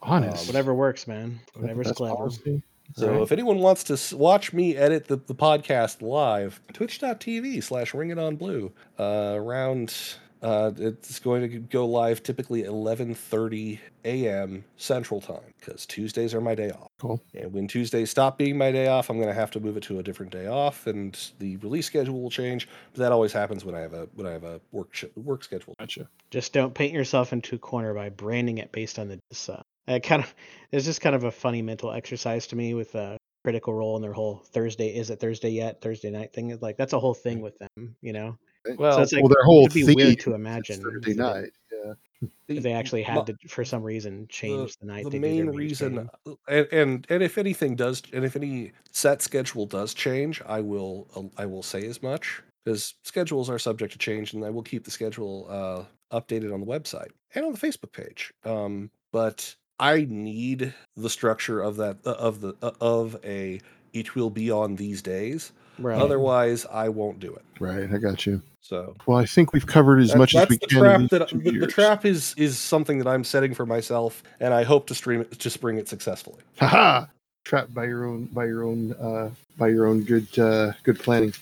Speaker 3: Honest.
Speaker 2: Whatever works, man. Whatever's
Speaker 3: That's
Speaker 2: clever.
Speaker 3: honesty.
Speaker 1: So
Speaker 3: Right.
Speaker 1: if anyone wants to s- watch me edit the, the podcast live, twitch.tv slash ring it on blue. Uh, around uh, it's going to go live typically 11.30 a.m. Central Time because Tuesdays are my day off.
Speaker 3: Cool.
Speaker 1: And when Tuesdays stop being my day off, I'm going to have to move it to a different day off and the release schedule will change. But that always happens when I have a when I have a work sh- work schedule.
Speaker 3: Gotcha.
Speaker 2: Just don't paint yourself into a corner by branding it based on the sub. It kind of it's just kind of a funny mental exercise to me with uh, Critical Role and their whole Thursday is it Thursday yet Thursday night thing. It's Like that's a whole thing with them, you know.
Speaker 1: Well,
Speaker 2: so it's like
Speaker 3: well, their whole
Speaker 2: it'd be
Speaker 3: theme
Speaker 2: weird to
Speaker 3: is
Speaker 2: imagine
Speaker 3: Thursday
Speaker 2: if they-
Speaker 3: night. Yeah.
Speaker 2: if they actually
Speaker 1: my-
Speaker 2: had to for some reason change the, night.
Speaker 1: the
Speaker 2: they do
Speaker 1: main
Speaker 2: their
Speaker 1: reason
Speaker 2: stream.
Speaker 1: uh, and, and and if anything does and if any set schedule does change i will uh, i will say as much because schedules are subject to change and i will keep the schedule uh updated on the website and on the facebook page um but i need the structure of that uh, of the uh, of a it will be on these days
Speaker 2: Right.
Speaker 1: otherwise i won't do it
Speaker 3: Right. I got you.
Speaker 1: so
Speaker 3: Well, I think we've covered as
Speaker 1: that-
Speaker 3: much as we
Speaker 1: the
Speaker 3: can. in
Speaker 1: Trap
Speaker 3: these
Speaker 1: that,
Speaker 3: two
Speaker 1: the, the
Speaker 3: years.
Speaker 1: trap is is something that I'm setting for myself, and I hope to stream it, to spring it successfully.
Speaker 3: Haha. Trapped by your own, by your own, uh, by your own good, uh, good planning.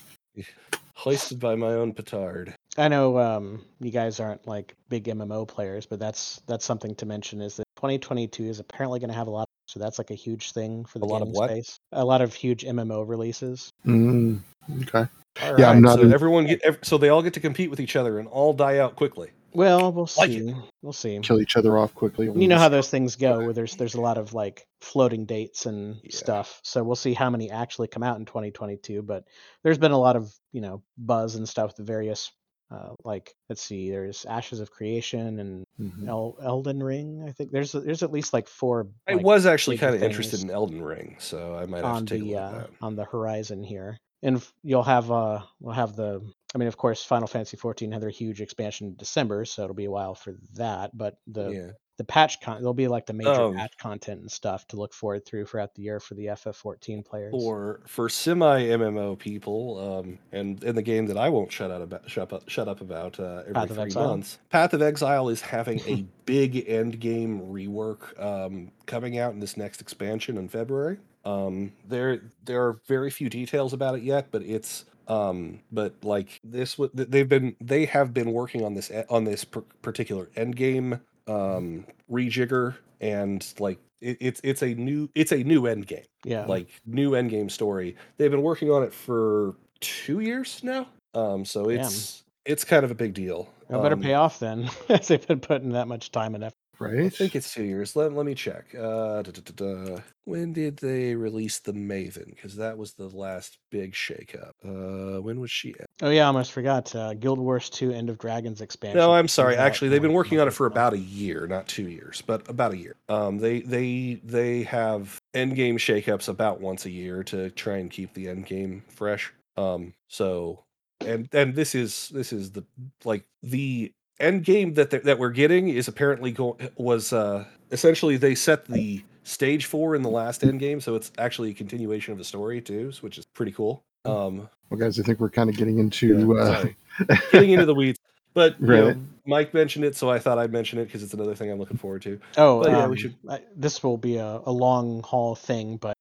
Speaker 1: Hoisted by my own petard.
Speaker 2: I know um, you guys aren't like big MMO players, but that's that's something to mention is that 2022 is apparently going to have a lot So that's like a huge thing for
Speaker 1: A
Speaker 2: the
Speaker 1: lot of
Speaker 2: gaming
Speaker 1: what?
Speaker 2: space. A lot of huge MMO releases.
Speaker 3: Mm.
Speaker 4: Okay.
Speaker 1: All
Speaker 3: Yeah, I'm
Speaker 1: right,
Speaker 3: not
Speaker 1: So
Speaker 3: in-
Speaker 1: everyone get ev- so they all get to compete with each other and all die out quickly.
Speaker 2: Well, we'll
Speaker 1: Like
Speaker 2: see. We'll see.
Speaker 3: Kill each other off quickly.
Speaker 2: You know how those things go, where there's there's a lot of like floating dates and
Speaker 1: Yeah.
Speaker 2: stuff. So we'll see how many actually come out in 2022. But there's been a lot of you know buzz and stuff. The various uh, like let's see, there's Ashes of Creation and
Speaker 1: Mm.
Speaker 3: Mhm.
Speaker 2: El- Elden Ring. I think there's there's at least like four.
Speaker 1: I
Speaker 2: like,
Speaker 1: was actually
Speaker 2: big
Speaker 1: kind of
Speaker 2: things.
Speaker 1: interested in Elden Ring, so I might have
Speaker 2: on
Speaker 1: to take a
Speaker 2: the
Speaker 1: look
Speaker 2: uh,
Speaker 1: at that.
Speaker 2: on the horizon here, and f- you'll have uh we'll have the I mean of course Final Fantasy 14 had their huge expansion in December, so it'll be a while for that. But the
Speaker 1: yeah.
Speaker 2: the patch con there'll be like the major
Speaker 1: Oh.
Speaker 2: patch content and stuff to look forward through throughout the year for the FF14 players.
Speaker 1: For for semi MMO people, um, and in the game that I won't shut out about shut up, shut up about uh, every
Speaker 2: Path of
Speaker 1: three
Speaker 2: Exile?
Speaker 1: months, Path of Exile is having a big end game rework um, coming out in this next expansion in February. Um, there there are very few details about it yet, but it's um but like this w- th- they've been they have been working on this e- on this par- particular end game um rejigger and like it, it's it's a new it's a new end game
Speaker 2: yeah,
Speaker 1: like new endgame story they've been working on it for two years now um so
Speaker 2: Damn.
Speaker 1: it's it's kind of a big deal
Speaker 2: it better
Speaker 1: Um,
Speaker 2: pay off then if they've been putting that much time and effort.
Speaker 1: i
Speaker 3: Right.
Speaker 1: think it's two years let, let me check uh da, da, da, da. when did they release the maven because that was the last big shakeup uh when was she out?
Speaker 2: Oh yeah, I almost forgot uh, Guild Wars 2 End of Dragons expansion.
Speaker 1: no i'm sorry
Speaker 2: comes out
Speaker 1: actually they've been
Speaker 2: on
Speaker 1: working on it for
Speaker 2: Monday.
Speaker 1: about a year not two years but about a year um they they they have endgame shakeups about once a year to try and keep the endgame fresh um so and and this is this is the like the end game that they're- that we're getting is apparently going was uh essentially they set the stage four in the last end game so it's actually a continuation of the story too so- which is pretty cool um
Speaker 3: Well, guys, I think we're kind of getting into.
Speaker 1: yeah,
Speaker 3: uh,
Speaker 1: sorry. getting into the weeds but you know,
Speaker 3: Right.
Speaker 1: mike mentioned it so i thought i'd mention it because it's another thing i'm looking forward to
Speaker 2: Oh,
Speaker 1: But yeah,
Speaker 2: um,
Speaker 1: we should-
Speaker 2: I, this will be a, a long haul thing, but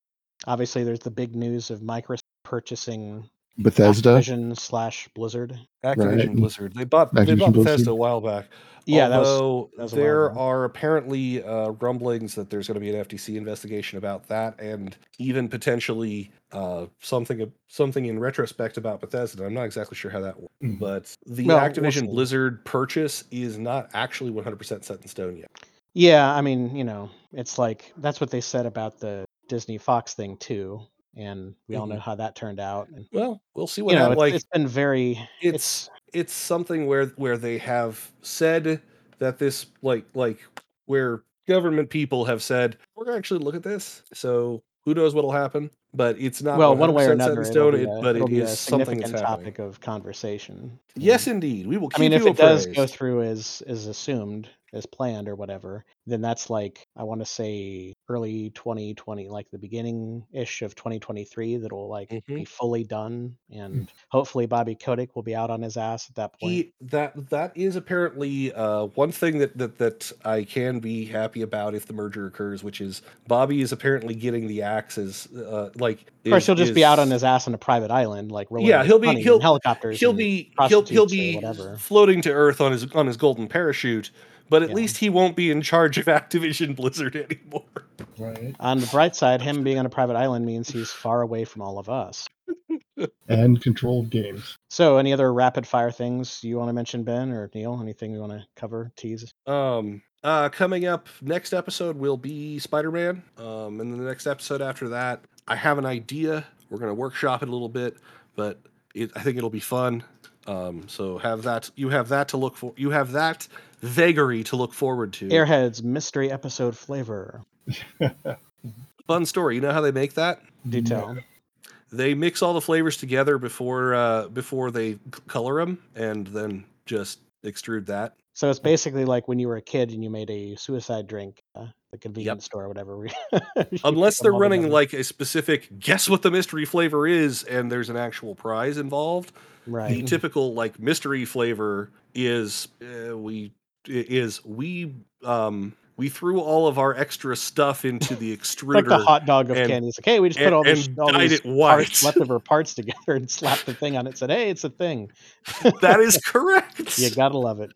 Speaker 2: obviously there's the big news of Microsoft purchasing
Speaker 3: Bethesda.
Speaker 2: Activision slash Blizzard.
Speaker 1: activision
Speaker 3: Right.
Speaker 1: blizzard they bought they
Speaker 3: Activision
Speaker 1: bought
Speaker 3: Blizzard.
Speaker 1: bethesda a while back
Speaker 2: Yeah, that was
Speaker 1: Although
Speaker 2: that was a while
Speaker 1: there
Speaker 2: ago.
Speaker 1: are apparently uh, rumblings that there's going to be an FTC investigation about that, and even potentially uh, something something in retrospect about Bethesda. I'm not exactly sure how that works,
Speaker 3: Mhm.
Speaker 1: but the
Speaker 2: Well, we'll
Speaker 1: Activision
Speaker 2: see.
Speaker 1: Blizzard purchase is not actually 100% set in stone yet.
Speaker 2: yeah. I mean, you know, it's like that's what they said about the Disney Fox thing too, and we all know how that turned out. And,
Speaker 1: Well, Mm-hmm. we'll see what
Speaker 2: you know,
Speaker 1: that
Speaker 2: it's,
Speaker 1: like.
Speaker 2: it's been very
Speaker 1: it's it's something where where they have said that this like like where government people have said we're gonna actually look at this so who knows what'll happen but it's not
Speaker 2: well, one way or
Speaker 1: 100% set in
Speaker 2: another,
Speaker 1: stone,
Speaker 2: it'll be
Speaker 1: it-
Speaker 2: a,
Speaker 1: but
Speaker 2: it'll
Speaker 1: it
Speaker 2: be a
Speaker 1: is something that's
Speaker 2: significant
Speaker 1: happening
Speaker 2: topic of conversation.
Speaker 1: yes indeed we will keep
Speaker 2: I mean,
Speaker 1: you
Speaker 2: if it does
Speaker 1: appraised.
Speaker 2: go through as as assumed, as planned, or whatever, then that's like I want to say early 2020, like the beginning ish of 2023, that'll like
Speaker 1: Mhm.
Speaker 2: be fully done,
Speaker 1: Hmm.
Speaker 2: and hopefully Bobby Kotick will be out on his ass at that point.
Speaker 1: He, that that is apparently uh, one thing that, that that I can be happy about if the merger occurs, which is Bobby is apparently getting the axe as uh, like.
Speaker 2: of course,
Speaker 1: is-
Speaker 2: he'll just be out on
Speaker 1: is-
Speaker 2: his ass on a private island, like rolling
Speaker 1: Yeah,
Speaker 2: in
Speaker 1: he'll be-
Speaker 2: money in
Speaker 1: he'll-
Speaker 2: helicopters.
Speaker 1: he'll
Speaker 2: and-
Speaker 1: be he'll he'll
Speaker 2: prostitutes or
Speaker 1: be
Speaker 2: whatever.
Speaker 1: floating to earth on his on his golden parachute, but at
Speaker 2: Yeah.
Speaker 1: least he won't be in charge of Activision Blizzard anymore.
Speaker 3: Right.
Speaker 2: On the bright side, him being on a private island means he's far away from all of us.
Speaker 3: And control of games.
Speaker 2: So, any other rapid fire things you want to mention, Ben or Neil? Anything you want to cover, tease?
Speaker 1: Um uh coming up next episode will be Spider-Man. Um and the next episode after that, I have an idea. We're going to workshop it a little bit, but it, I think it'll be fun. Um so have that you have that to look for. You have that vagary to look forward to.
Speaker 2: Airheads mystery episode flavor.
Speaker 1: Fun story. You know how they make that?
Speaker 2: Do tell.
Speaker 1: they mix all the flavors together before uh, before they c- color them and then just extrude that
Speaker 2: So it's basically like when you were a kid and you made a suicide drink, uh, the convenience store or whatever. you put
Speaker 1: unless they're
Speaker 2: them all
Speaker 1: running
Speaker 2: together.
Speaker 1: like a specific guess what the mystery flavor is and there's an actual prize involved the
Speaker 2: right.
Speaker 1: typical like mystery flavor is uh, we i- is we um we threw all of our extra stuff into the extruder
Speaker 2: Like the hot dog of
Speaker 1: and-
Speaker 2: candy. It's like, hey, we just put
Speaker 1: and-
Speaker 2: all, this,
Speaker 1: and
Speaker 2: all
Speaker 1: dyed
Speaker 2: these
Speaker 1: it white.
Speaker 2: parts, leftover parts together and slapped the thing on it. Said, hey, it's a thing.
Speaker 1: that is correct
Speaker 2: You gotta love it.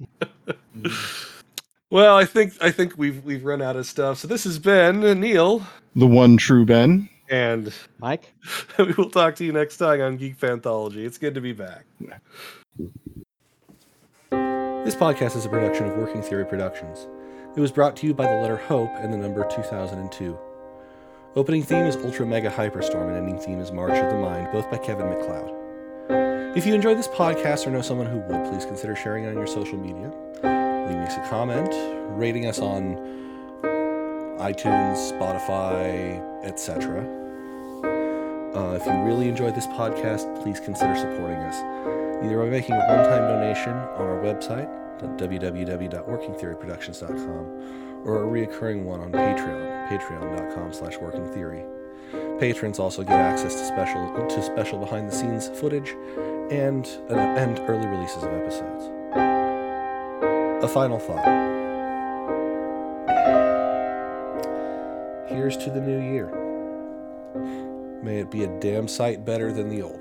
Speaker 1: Well, I think I think we've we've run out of stuff. So this has been Neil,
Speaker 3: The one true Ben.
Speaker 1: and
Speaker 2: Mike?
Speaker 1: we will talk to you next time on Geek Fanthology. It's good to be back. This podcast is a production of Working Theory Productions. It was brought to you by the letter Hope and the number 2002. Opening theme is Ultra Mega Hyperstorm, and ending theme is March of the Mind, both by Kevin McLeod. If you enjoyed this podcast or know someone who would, please consider sharing it on your social media, leaving us a comment, rating us on iTunes, Spotify, etc. Uh, if you really enjoyed this podcast, please consider supporting us, either by making a one-time donation on our website at www.workingtheoryproductions.com or a reoccurring one on Patreon, patreon.com slash workingtheory. Patrons also get access to special to special behind-the-scenes footage and, uh, and early releases of episodes. A final thought. Here's to the new year. May it be a damn sight better than the old.